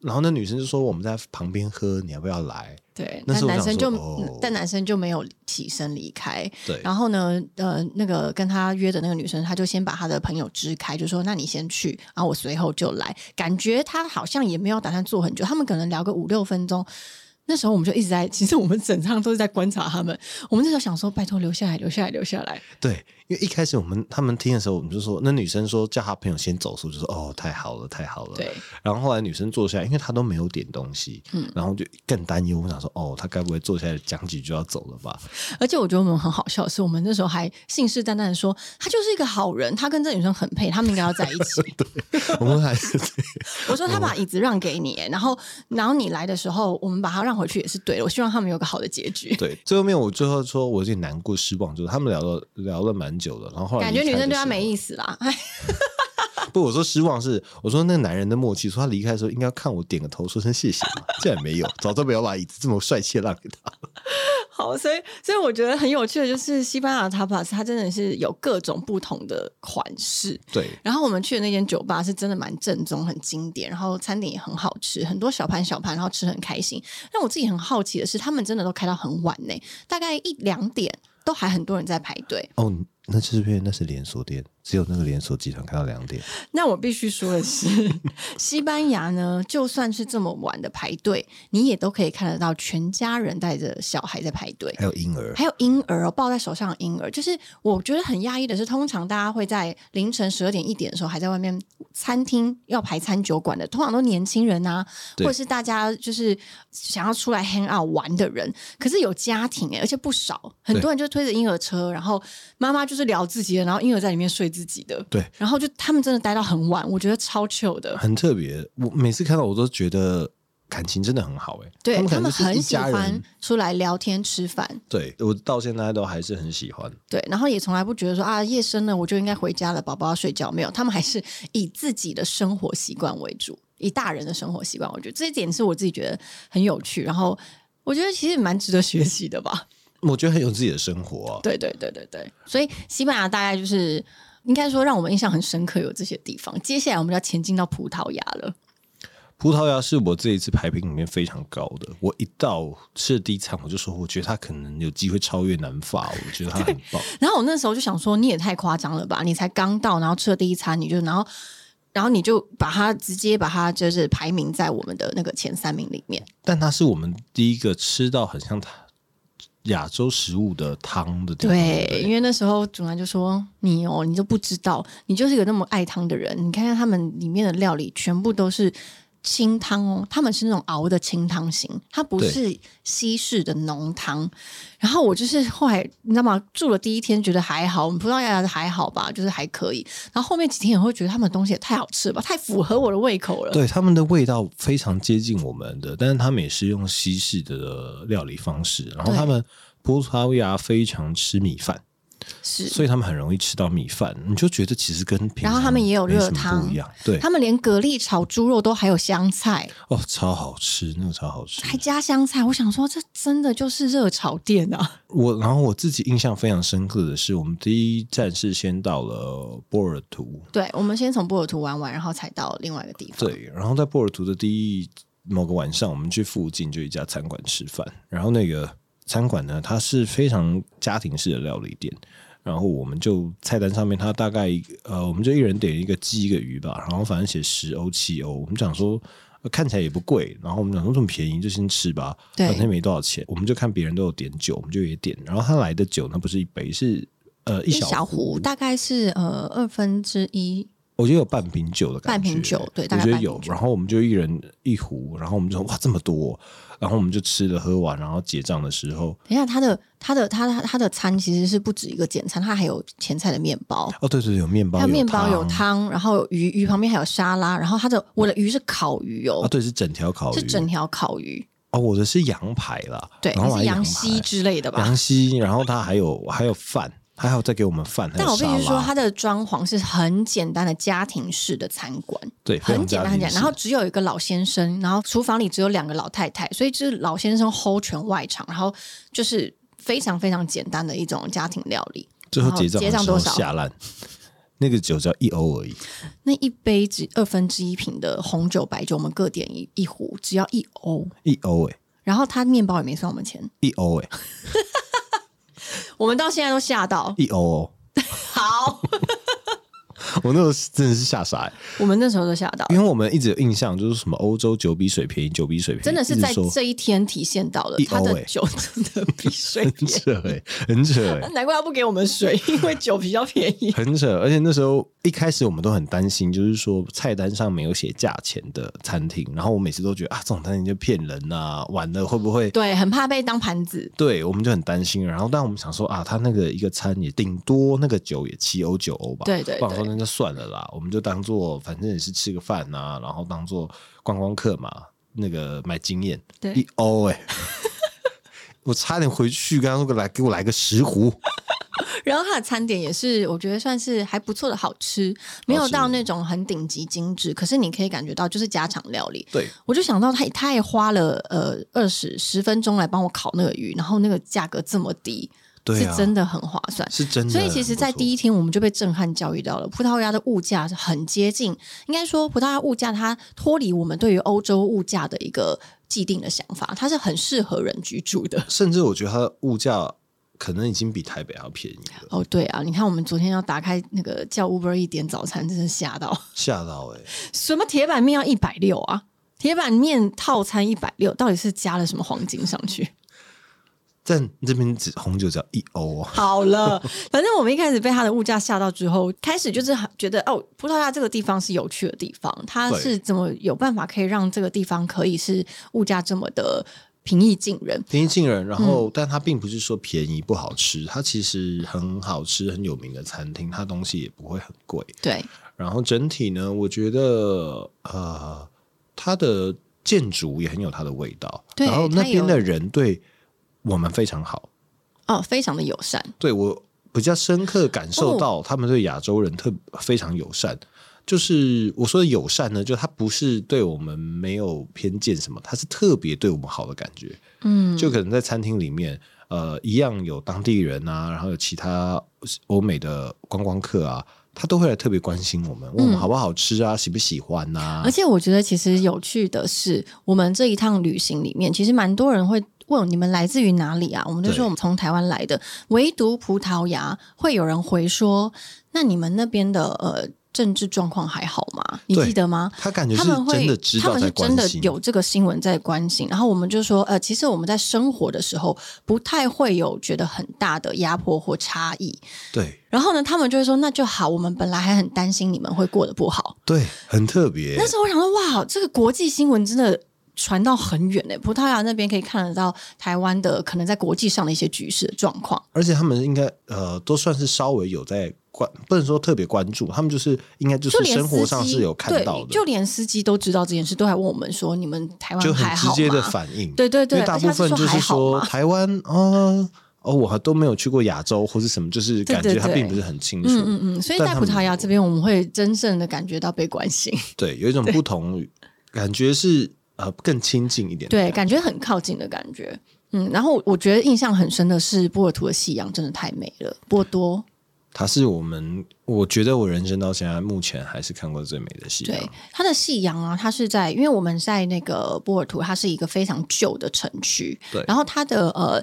Speaker 3: 然后那女生就说：“我们在旁边喝，你要不要来
Speaker 2: 对，
Speaker 3: 那
Speaker 2: 但
Speaker 3: 时候
Speaker 2: 男
Speaker 3: 我想
Speaker 2: 生就、
Speaker 3: 说哦
Speaker 2: 但男生就没有起身离开。？”
Speaker 3: 对，
Speaker 2: 然后呢，呃，那个跟他约的那个女生，她就先把她的朋友支开，就说：“那你先去，然后我随后就来。”感觉她好像也没有打算坐很久，他们可能聊个五六分钟。那时候我们就一直在，其实我们整趟都是在观察他们。我们那时候想说，拜托留下来，留下来，留下来。
Speaker 3: 对，因为一开始我们他们听的时候，我们就说那女生说叫她朋友先走的时候，就说哦太好了太好了。
Speaker 2: 对。嗯
Speaker 3: 然后后来女生坐下来，因为她都没有点东西，然后就更担忧，我想说哦，她该不会坐下来讲几句就要走了吧？
Speaker 2: 而且我觉得我们很好笑的是，我们那时候还信誓旦旦地说，他就是一个好人，他跟这女生很配，他们应该要在一起。
Speaker 3: 我们还是
Speaker 2: 我说他把椅子让给你，然后然后你来的时候，我们把他让回去也是对的。我希望他们有个好的结局。
Speaker 3: 对最后面我最后说我有点难过失望，就是他们聊了聊了蛮久的，然后后来
Speaker 2: 感觉
Speaker 3: 离
Speaker 2: 女
Speaker 3: 开
Speaker 2: 生
Speaker 3: 的
Speaker 2: 对他
Speaker 3: 时
Speaker 2: 没
Speaker 3: 候
Speaker 2: 意思啦， 哎，
Speaker 3: 不，我说失望是我说那个男人的默契，说他离开的时候应该要看我点个头说声谢谢嘛，竟然没有，早知道不要把椅子这么帅气地让给他。
Speaker 2: 好，所以所以我觉得很有趣的就是西班牙的 tapas，它真的是有各种不同的款式。
Speaker 3: 对，
Speaker 2: 然后我们去的那间酒吧是真的蛮正宗、很经典，然后餐点也很好吃，很多小盘小盘，然后吃很开心。但我自己很好奇的是，他们真的都开到很晚呢，大概一两点都还很多人在排队。
Speaker 3: 哦，那这片那是连锁店，只有那个连锁集团开到两点。
Speaker 2: 那我必须说的是， 西班牙呢，就算是这么晚的排队，你也都可以看得到全家人带着小孩在排队。
Speaker 3: 还有婴儿，
Speaker 2: 还有婴儿哦，抱在手上的婴儿，就是我觉得很压抑的是，通常大家会在凌晨十二点一点的时候还在外面餐厅要排餐酒馆的，通常都年轻人啊，或
Speaker 3: 对
Speaker 2: 者是大家就是想要出来 hang out 玩的人。可是有家庭哎、而且不少，很多人就推着婴儿车，然后妈妈就是聊自己的，然后婴儿在里面睡自己的，
Speaker 3: 对，
Speaker 2: 然后就他们真的待到很晚，我觉得超 chill 的。
Speaker 3: 很特别。我每次看到我都觉得感情真的很好哎、
Speaker 2: 对
Speaker 3: 们可
Speaker 2: 他
Speaker 3: 能
Speaker 2: 们
Speaker 3: 就是一
Speaker 2: 很喜
Speaker 3: 家
Speaker 2: 欢
Speaker 3: 人。
Speaker 2: 出来聊天吃饭，
Speaker 3: 对我到现在都还是很喜欢。
Speaker 2: 对，然后也从来不觉得说啊，夜深了我就应该回家了，宝宝要睡觉。没有，他们还是以自己的生活习惯为主，以大人的生活习惯为主。这一点是我自己觉得很有趣，然后我觉得其实蛮值得学习的吧。
Speaker 3: 我觉得很有自己的生活、啊。
Speaker 2: 对对对对对，所以西班牙大概就是应该说让我们印象很深刻有这些地方。接下来我们就要前进到葡萄牙了。
Speaker 3: 葡萄牙是我这一次排名里面非常高的，我一到吃的第一餐我就说，我觉得他可能有机会超越南法，我觉得他很棒。
Speaker 2: 然后我那时候就想说，你也太夸张了吧！你才刚到，然后吃了第一餐，你就然后然后你就把它直接把它就是排名在我们的那个前三名里面。
Speaker 3: 但它是我们第一个吃到很像它亚洲食物的汤的地方。对不
Speaker 2: 对，
Speaker 3: 对
Speaker 2: 因为那时候主男就说：“你哦，你就不知道，你就是一个那么爱汤的人。你看看他们里面的料理，全部都是清汤哦，他们是那种熬的清汤型，它不
Speaker 3: 对
Speaker 2: 是西式的浓汤。”然后我就是后来你知道吗？住了第一天觉得还好，我们葡萄牙的还好吧，就是还可以。然后后面几天也会觉得他们的东西也太好吃了吧，太符合我的胃口了。
Speaker 3: 对他们的味道非常接近我们的，但是他们也是用西式的料理方式。然后
Speaker 2: 对
Speaker 3: 他们葡萄牙非常吃米饭，
Speaker 2: 是。
Speaker 3: 所以他们很容易吃到米饭，你就觉得其实跟平常
Speaker 2: 然后他们也有
Speaker 3: 没什么
Speaker 2: 热汤
Speaker 3: 不一样，对
Speaker 2: 他们连蛤蜊炒猪肉都还有香菜，
Speaker 3: 哦，超好吃，那个超好吃。
Speaker 2: 还加香菜，我想说这真的就是热炒店啊！
Speaker 3: 我然后我自己印象非常深刻的是，我们第一站是先到了波尔图，
Speaker 2: 对，我们先从波尔图玩完，然后才到另外一个地方。
Speaker 3: 对，然后在波尔图的第一某个晚上，我们去附近就一家餐馆吃饭，然后那个餐馆呢，它是非常家庭式的料理店。然后我们就菜单上面，它大概一个呃，我们就一人点一个鸡一个鱼吧，然后反正写十欧七欧，我们想说、呃看起来也不贵，然后我们想说这么便宜就先吃吧，
Speaker 2: 对
Speaker 3: 反正没多少钱，我们就看别人都有点酒，我们就也点，然后他来的酒那不是一杯是呃一
Speaker 2: 一
Speaker 3: 小
Speaker 2: 小壶大概是呃二分之一，
Speaker 3: 我觉得有半瓶酒的感觉，
Speaker 2: 半瓶酒对大
Speaker 3: 我
Speaker 2: 概
Speaker 3: 觉得
Speaker 2: 半瓶
Speaker 3: 有。
Speaker 2: 酒
Speaker 3: 然后我们就一人一壶，然后我们就说哇这么多，然后我们就吃了喝完，然后结账的时候，
Speaker 2: 等一下，它的它的它它它的餐其实是不止一个简餐，它还有前菜的面包，
Speaker 3: 哦对对对，有面包，
Speaker 2: 还有面包有
Speaker 3: 有
Speaker 2: 汤，然后有鱼鱼旁边还有沙拉，然后它的我的鱼是烤鱼哦，
Speaker 3: 啊，对是整条烤鱼，
Speaker 2: 是整条烤鱼，
Speaker 3: 哦我的是羊排啦，
Speaker 2: 对，
Speaker 3: 然后
Speaker 2: 你
Speaker 3: 我还
Speaker 2: 是羊
Speaker 3: 排
Speaker 2: 膝之类的吧？
Speaker 3: 羊膝，然后它还有还有饭，还有再给我们饭，还
Speaker 2: 但
Speaker 3: 有
Speaker 2: 我必
Speaker 3: 沙拉，
Speaker 2: 须说，它的装潢是很简单的家庭式的餐馆，
Speaker 3: 对非
Speaker 2: 很
Speaker 3: 常
Speaker 2: 简
Speaker 3: 家
Speaker 2: 单很
Speaker 3: 庭
Speaker 2: 简单，
Speaker 3: 式
Speaker 2: 然后只有一个老先生，然后厨房里只有两个老太太，所以就是老先生 hold 全外场，然后就是非常非常简单的一种家庭料理。
Speaker 3: 最后结账
Speaker 2: 结
Speaker 3: 的
Speaker 2: 账
Speaker 3: 时
Speaker 2: 多
Speaker 3: 候
Speaker 2: 少
Speaker 3: 下烂，那个酒只要一欧而已，
Speaker 2: 那一杯只二分之一瓶的红酒、白酒，我们各点一一壶，只要一欧。
Speaker 3: 一欧哎、
Speaker 2: 然后他面包也没算我们钱，
Speaker 3: 一欧哎、
Speaker 2: 我们到现在都吓到。
Speaker 3: 一欧哦、
Speaker 2: 好，
Speaker 3: 我那时候真的是吓傻、欸，
Speaker 2: 我们那时候都吓到，
Speaker 3: 因为我们一直有印象就是什么欧洲酒比水便宜，酒比水便宜，
Speaker 2: 真的是
Speaker 3: 一直
Speaker 2: 在
Speaker 3: 说
Speaker 2: 这一天体现到了
Speaker 3: 一
Speaker 2: 他
Speaker 3: 欧
Speaker 2: 的
Speaker 3: 欸
Speaker 2: 酒真的比水
Speaker 3: 很
Speaker 2: 便 宜。
Speaker 3: 扯哎、很扯哎、
Speaker 2: 难怪他不给我们水，因为酒比较便 宜。
Speaker 3: 很扯，而且那时候一开始我们都很担心，就是说菜单上没有写价钱的餐厅，然后我每次都觉得啊，这种餐厅就骗人呐、完了会不会？
Speaker 2: 对，很怕被当盘子。
Speaker 3: 对，我们就很担心。然后，但我们想说啊，他那个一个餐也顶多那个酒也七欧九欧吧，
Speaker 2: 对对
Speaker 3: 不然说
Speaker 2: 对
Speaker 3: 那就算了啦，我们就当做反正也是吃个饭呐、然后当做观光客嘛，那个买经验，
Speaker 2: 对
Speaker 3: 一欧哎、 我差点回去跟他说来给我来个石斛，
Speaker 2: 然后它的餐点也是，我觉得算是还不错的好吃，没有到那种很顶级精致，可是你可以感觉到就是家常料理。
Speaker 3: 对，
Speaker 2: 我就想到他，他也花了呃二十十分钟来帮我烤那个鱼，然后那个价格这么低，
Speaker 3: 对啊
Speaker 2: 是真的很划算。
Speaker 3: 是真的。
Speaker 2: 所以其实，在第
Speaker 3: 一
Speaker 2: 一天我们就被震撼教育到了，葡萄牙的物价是很接近，应该说葡萄牙物价它脱离我们对于欧洲物价的一个既定的想法，它是很适合人居住的。
Speaker 3: 甚至我觉得它的物价可能已经比台北还要便宜了，
Speaker 2: 哦，对啊，你看我们昨天要打开那个叫 Uber 一点早餐，真是吓到，
Speaker 3: 吓到哎、
Speaker 2: 什么铁板面要一百六啊？铁板面套餐一百六，到底是加了什么黄金上去？
Speaker 3: 但这边只红酒只要一欧啊，
Speaker 2: 好了，反正我们一开始被它的物价吓到之后，开始就是很觉得哦，葡萄牙这个地方是有趣的地方，它
Speaker 3: 对
Speaker 2: 是怎么有办法可以让这个地方可以是物价这么的平易近人？
Speaker 3: 平易近人。然
Speaker 2: 嗯
Speaker 3: 后，但它并不是说便宜不好吃，它其实很好吃、很有名的餐厅，它东西也不会很贵。
Speaker 2: 对，
Speaker 3: 然后整体呢，我觉得呃，它的建筑也很有它的味道，
Speaker 2: 对
Speaker 3: 然后那
Speaker 2: 它有
Speaker 3: 边的人对我们非常好，
Speaker 2: 哦，非常的友善，
Speaker 3: 对我比较深刻感受到他们对亚洲人特非常友善。就是我说的友善呢，就他不是对我们没有偏见什么，他是特别对我们好的感觉。
Speaker 2: 嗯，
Speaker 3: 就可能在餐厅里面，呃，一样有当地人啊，然后有其他欧美的观光客啊，他都会来特别关心我们，问我们好不好吃啊，喜不喜欢呐、
Speaker 2: 嗯而且我觉得其实有趣的是，我们这一趟旅行里面，其实蛮多人会。问你们来自于哪里啊？我们都
Speaker 3: 对
Speaker 2: 说我们从台湾来的，唯独葡萄牙会有人回说：“那你们那边的呃政治状况还好吗？”你
Speaker 3: 对
Speaker 2: 记得吗？
Speaker 3: 他感觉
Speaker 2: 他
Speaker 3: 是
Speaker 2: 们
Speaker 3: 真
Speaker 2: 会
Speaker 3: 的知，
Speaker 2: 他
Speaker 3: 道
Speaker 2: 们
Speaker 3: 在
Speaker 2: 是真
Speaker 3: 关
Speaker 2: 的
Speaker 3: 心，
Speaker 2: 有这个新闻在关心。然后我们就说，呃，其实我们在生活的时候不太会有觉得很大的压迫或差异。
Speaker 3: 对
Speaker 2: 然后呢，他们就会说，那就好，我们本来还很担心你们会过得不好。
Speaker 3: 对，很特别
Speaker 2: 那。时候我想说，哇，这个国际新闻真的传到很远欸诶、葡萄牙那边可以看得到台湾的可能在国际上的一些局势的状况。
Speaker 3: 而且他们应该呃，都算是稍微有在关，不能说特别关注，他们就是应该就
Speaker 2: 就是连
Speaker 3: 生活
Speaker 2: 司
Speaker 3: 上
Speaker 2: 机
Speaker 3: 是有看
Speaker 2: 对
Speaker 3: 到的，
Speaker 2: 就连司机都知道这件事，都还问我们说：“你们台
Speaker 3: 就
Speaker 2: 湾还
Speaker 3: 很
Speaker 2: 好
Speaker 3: 直
Speaker 2: 吗？”
Speaker 3: 接的反应。
Speaker 2: 对对对，
Speaker 3: 因为大部分
Speaker 2: 而且
Speaker 3: 就
Speaker 2: 他
Speaker 3: 是
Speaker 2: 是说还
Speaker 3: 说
Speaker 2: 好吗
Speaker 3: 台湾哦哦，我还都没有去过亚洲或是什么，就是感
Speaker 2: 对
Speaker 3: 觉
Speaker 2: 对
Speaker 3: 他
Speaker 2: 对
Speaker 3: 并不是很清楚。
Speaker 2: 嗯嗯嗯，所以
Speaker 3: 但
Speaker 2: 在
Speaker 3: 他
Speaker 2: 葡
Speaker 3: 们
Speaker 2: 萄牙
Speaker 3: 有
Speaker 2: 这边，我们会真正的感觉到被关心，
Speaker 3: 对，有一种不同感觉是呃更亲近一点。
Speaker 2: 对，感觉很靠近的感觉。嗯，然后我觉得印象很深的是波尔图的夕阳真的太美了，波多。
Speaker 3: 它是我们我觉得我人生到现在目前还是看过最美的啊夕
Speaker 2: 对
Speaker 3: 阳。，
Speaker 2: 它的夕阳啊，它是在，因为我们在那个波尔图，它是一个非常旧的城区。
Speaker 3: 对
Speaker 2: 然后它的呃，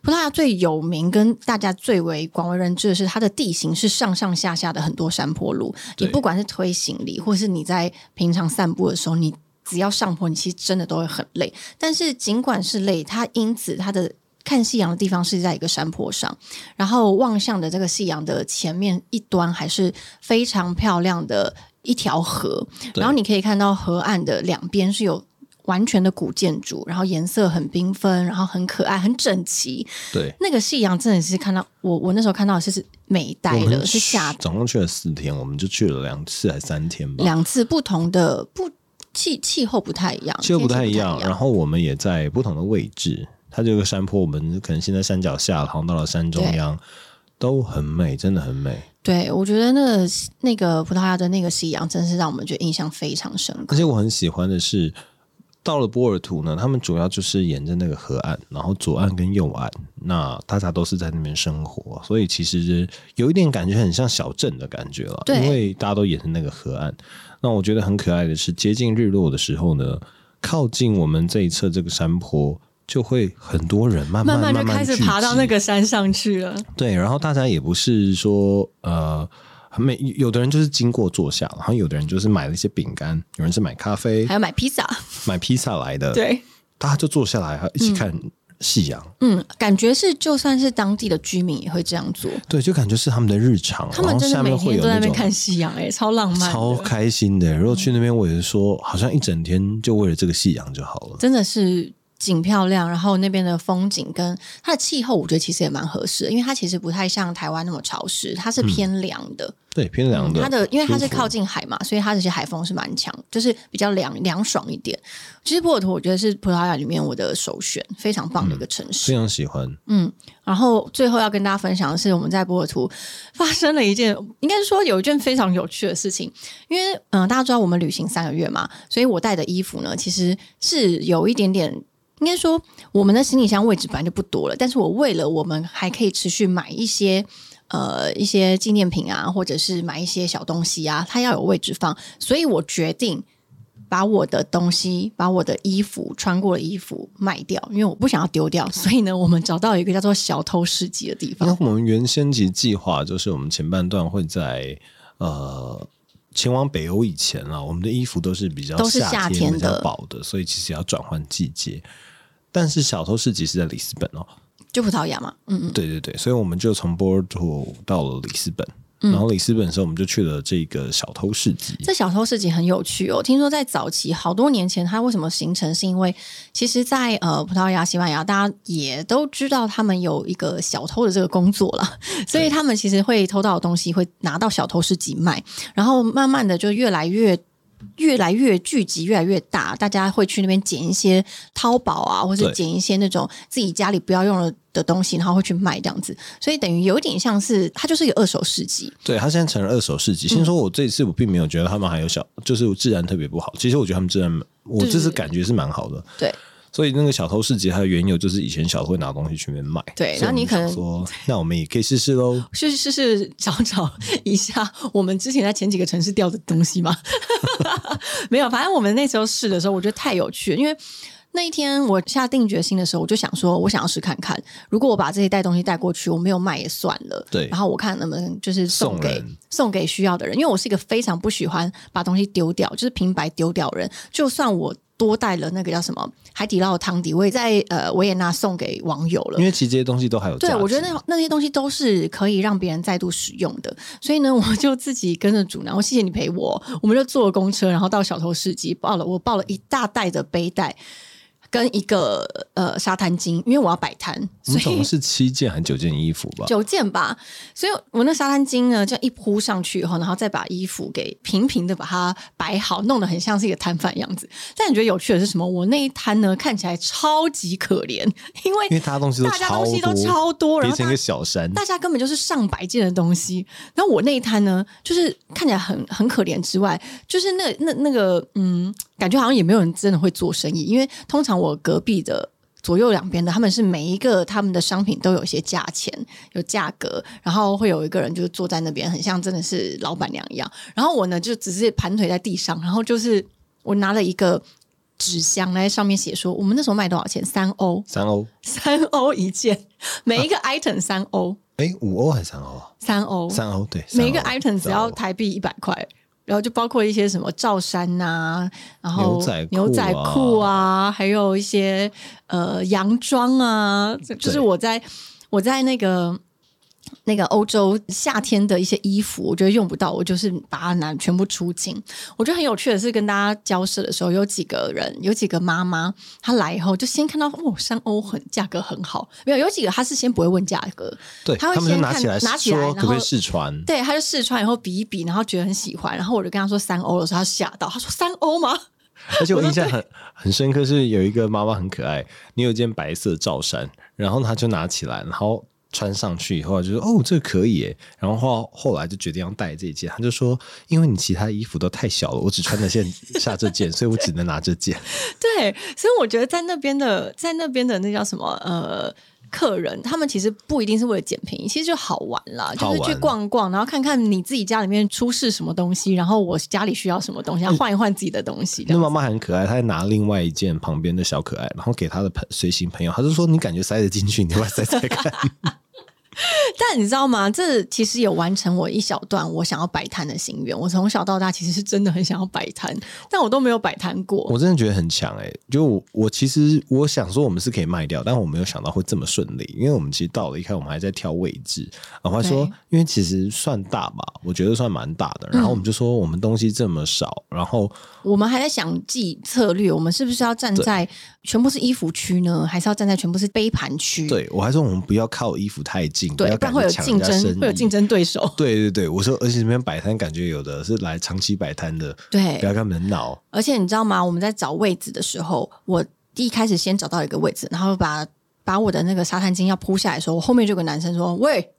Speaker 2: 葡萄牙最有名跟大家最为广为人知的是，它的地形是上上下下的很多山坡路。你
Speaker 3: 对
Speaker 2: 不管是推行李，或是你在平常散步的时候，你只要上坡，你其实真的都会很累。但是尽管是累，它因此它的看夕阳的地方是在一个山坡上，然后望向的这个夕阳的前面一端还是非常漂亮的一条河，
Speaker 3: 对
Speaker 2: 然后你可以看到河岸的两边是有。完全的古建筑，然后颜色很缤纷，然后很可爱，很整齐。
Speaker 3: 对，
Speaker 2: 那个夕阳真的是看到我，我那时候看到的是是美呆
Speaker 3: 我
Speaker 2: 了，
Speaker 3: 们
Speaker 2: 是吓
Speaker 3: 总共去了四天，我们就去了两次还三天吧。
Speaker 2: 两次不同的不气气候不太一样，
Speaker 3: 气候不
Speaker 2: 天
Speaker 3: 太
Speaker 2: 气
Speaker 3: 一
Speaker 2: 不
Speaker 3: 样，然后我们也在不同的位置。它这个山坡，我们可能先在山脚下，然后到了山中
Speaker 2: 对
Speaker 3: 央，都很美，真的很美。
Speaker 2: 对，我觉得那个那个葡萄牙的那个夕阳，真是让我们觉得印象非常深刻。
Speaker 3: 而且我很喜欢的是，到了波尔图呢，他们主要就是沿着那个河岸，然后左岸跟右岸，那大家都是在那边生活，所以其实有一点感觉很像小镇的感觉了，
Speaker 2: 对
Speaker 3: 因为大家都沿着那个河岸。那我觉得很可爱的是，接近日落的时候呢，靠近我们这一侧这个山坡，就会很多人慢
Speaker 2: 慢
Speaker 3: 慢
Speaker 2: 慢就开始
Speaker 3: 聚
Speaker 2: 爬到
Speaker 3: 集
Speaker 2: 那个山上去了。
Speaker 3: 对，然后大家也不是说呃，没有的人就是经过坐下，然后有的人就是买了一些饼干，有人是买咖啡
Speaker 2: 还、要买披萨，
Speaker 3: 买披萨来的，，
Speaker 2: 对，
Speaker 3: 大家就坐下来一起看夕阳，
Speaker 2: 嗯，感觉是就算是当地的居民也会这样做，
Speaker 3: 对，就感觉是他们的日常，
Speaker 2: 他们
Speaker 3: 哦然后
Speaker 2: 真的
Speaker 3: 下
Speaker 2: 每
Speaker 3: 面会
Speaker 2: 天
Speaker 3: 有
Speaker 2: 都在那
Speaker 3: 那
Speaker 2: 边
Speaker 3: 种
Speaker 2: 看夕阳、哎，超浪漫的，
Speaker 3: 超开心的。如果去那边，我也是说，好像一整天就为了这个夕阳就好了。
Speaker 2: 真的是景漂亮，然后那边的风景跟它的气候，我觉得其实也蛮合适的，因为它其实不太像台湾那么潮湿，它是偏凉的，
Speaker 3: 对，偏嗯凉的，
Speaker 2: 它嗯的因为它是
Speaker 3: 舒服
Speaker 2: 靠近海嘛，所以它这些海风是蛮强，就是比较凉凉爽一点。其实波尔图我觉得是葡萄牙里面我的首选，非常棒的一个城市。
Speaker 3: 非常喜欢，
Speaker 2: 然后最后要跟大家分享的是，我们在波尔图发生了一件，应该是说有一件非常有趣的事情。因为嗯、呃大家知道我们旅行三个月嘛，所以我带的衣服呢，其实是有一点点。应该说，我们的行李箱位置本来就不多了，但是我为了我们还可以持续买一些呃一些纪念品啊，或者是买一些小东西啊，它要有位置放，所以我决定把我的东西，把我的衣服穿过的衣服卖掉，因为我不想要丢掉。所以呢，我们找到一个叫做小偷市集的地
Speaker 3: 那
Speaker 2: 方。
Speaker 3: 我们原先其实计划就是，我们前半段会在呃前往北欧以前啊，我们的衣服都是比较
Speaker 2: 都是夏天的
Speaker 3: 比较薄的，所以其实也要转换季节。但是小偷市集是在里斯本哦，
Speaker 2: 就葡萄牙嘛，嗯嗯，
Speaker 3: 对对对，所以我们就从波尔图到了里斯本，然后里斯本的时候我们就去了这个小偷市集，
Speaker 2: 嗯这小偷市集很有趣哦。听说在早期好多年前，它为什么形成？是因为其实在，呃葡萄牙、西班牙，大家也都知道他们有一个小偷的这个工作啦， 所以他们其实会偷到的东西会拿到小偷市集卖，然后慢慢的就越来越。越来越聚集，越来越大，大家会去那边捡一些淘宝啊，或者
Speaker 3: 对
Speaker 2: 捡一些那种自己家里不要用了的东西，然后会去卖这样子，所以等于有点像是它就是一个二手市集，
Speaker 3: 对，它现在成了二手市
Speaker 2: 嗯
Speaker 3: 集。先说我这一次我并没有觉得他们还有小，就是治安特别不好。其实我觉得他们治安，我这次感觉是蛮好的。
Speaker 2: 对。
Speaker 3: 所以那个小偷市集，它的缘由就是以前小偷会拿东西去那边卖。
Speaker 2: 对
Speaker 3: 所以
Speaker 2: 然后你
Speaker 3: 我们
Speaker 2: 可
Speaker 3: 想
Speaker 2: 能呃
Speaker 3: 说，那我们也可以试试喽。
Speaker 2: 是是是，找 找一下我们之前在前几个城市掉的东西 吗？ 没有，反正我们那时候试的时候，我觉得太有趣了，因为。那一天我下定决心的时候，我就想说，我想要试看看，如果我把这些带东西带过去，我没有卖也算了。
Speaker 3: 对
Speaker 2: 然后我看能不能就是送
Speaker 3: 送
Speaker 2: 给
Speaker 3: 人
Speaker 2: 送给需要的人，因为我是一个非常不喜欢把东西丢掉，就是平白丢掉的人。就算我多带了那个叫什么海底捞的汤底，我也在呃维也纳送给网友了
Speaker 3: 因。为其实这些东西都还有价值。
Speaker 2: 对，我觉得那那些东西都是可以让别人再度使用的，所以呢， 我就自己跟着主男，我谢谢你陪我，我们就坐了公车，然后到小偷市集，抱了我抱了一大袋的背带跟一个呃沙滩巾，因为我要摆摊，
Speaker 3: 我
Speaker 2: 所
Speaker 3: 们总
Speaker 2: 以
Speaker 3: 共是七件还是九件衣服吧？
Speaker 2: 九件吧，所以我那沙滩巾呢，这样一铺上去以后，然后再把衣服给平平的把它摆好，弄得很像是一个摊贩样子。但你觉得有趣的是什么？我那一摊呢，看起来超级可怜，因为
Speaker 3: 因为大家东西都
Speaker 2: 大家东西都
Speaker 3: 超多
Speaker 2: 超多，然后
Speaker 3: 叠
Speaker 2: 大
Speaker 3: 成一
Speaker 2: 家
Speaker 3: 个小山。
Speaker 2: 大家根本就是上百件的东西。然后我那一摊呢，就是看起来很很可怜之外，就是那那那个嗯，感觉好像也没有人真的会做生意，因为通常我隔壁的。左右两边的，他们是每一个他们的商品都有一些价钱、有价格，然后会有一个人就是坐在那边，很像真的是老板娘一样。然后我呢就只是盘腿在地上，然后就是我拿了一个纸箱，来上面写说我们那时候卖多少钱，三欧，
Speaker 3: 三欧，
Speaker 2: 三欧一件，每一个 item 三欧。
Speaker 3: 哎，五欧还是三欧啊？
Speaker 2: 三欧，
Speaker 3: 三欧对，
Speaker 2: 每一个
Speaker 3: 三欧
Speaker 2: item 只
Speaker 3: 三
Speaker 2: 要
Speaker 3: 欧
Speaker 2: 台币一百块，然后就包括一些什么罩衫呐、然后
Speaker 3: 牛仔裤啊
Speaker 2: 牛仔裤啊，还有一些呃洋装啊，这就是我在我在那个。那个欧洲夏天的一些衣服，我觉得用不到，我就是把它拿全部出清。我觉得很有趣的是，跟大家交涉的时候，有几个人，有几个妈妈，她来以后就先看到哦，三欧很价格很好，没有有几个她是先不会问价格，
Speaker 3: 对，
Speaker 2: 他会
Speaker 3: 他们就
Speaker 2: 先
Speaker 3: 拿
Speaker 2: 看
Speaker 3: 起来
Speaker 2: 拿起来
Speaker 3: 说
Speaker 2: 然
Speaker 3: 可不可以
Speaker 2: 后
Speaker 3: 试穿？
Speaker 2: 对，他就试穿以后比一比，然后觉得很喜欢，然后我就跟他说三欧的时候，他吓到，他说三欧吗？
Speaker 3: 而且我印象很很深刻，是有一个妈妈很可爱，你有一件白色罩衫，然后她就拿起来，然后穿上去以后，就说哦，这个可以耶。然后后后来就决定要带这一件，他就说，因为你其他衣服都太小了，我只穿得现下这件，所以我只能拿 这件。
Speaker 2: 对，所以我觉得在那边的，在那边的那叫什么呃。客人他们其实不一定是为了捡便宜，其实就好玩啦，
Speaker 3: 好
Speaker 2: 就
Speaker 3: 玩
Speaker 2: 是去逛逛，然后看看你自己家里面出示什么东西，然后我家里需要什么东西，然后换一换自己的东西。这
Speaker 3: 嗯那
Speaker 2: 样
Speaker 3: 妈妈很可爱，她还拿另外一件旁边的小可爱，然后给她的朋随行朋友，她就说你感觉塞得进去，你要不要塞塞看。
Speaker 2: 但你知道吗？这其实也完成我一小段我想要摆摊的心愿。我从小到大其实是真的很想要摆摊，但我都没有摆摊过。
Speaker 3: 我真的觉得很强哎、就我我其实我想说我们是可以卖掉，但我没有想到会这么顺利，因为我们其实到了一开始我们还在挑位置，然后还说
Speaker 2: 对
Speaker 3: 因为其实算大吧，我觉得算蛮大的，然后我们就说我们东西这么少，然后
Speaker 2: 我们还在想计策略，我们是不是要站在全部是衣服区呢，还是要站在全部是杯盘区？
Speaker 3: 对我还说我们不要靠衣服太近，
Speaker 2: 对，
Speaker 3: 要
Speaker 2: 不然
Speaker 3: 赶
Speaker 2: 会
Speaker 3: 着
Speaker 2: 有
Speaker 3: 抢
Speaker 2: 竞
Speaker 3: 人家生
Speaker 2: 争，会有竞
Speaker 3: 意。
Speaker 2: 争对手。
Speaker 3: 对对对，我说，而且这边摆摊感觉有的是来长期摆摊的，
Speaker 2: 对
Speaker 3: 不要跟他们闹。
Speaker 2: 而且你知道吗？我们在找位置的时候，我第一开始先找到一个位置，然后把把我的那个沙滩巾要铺下来的时候，我后面就有个男生说喂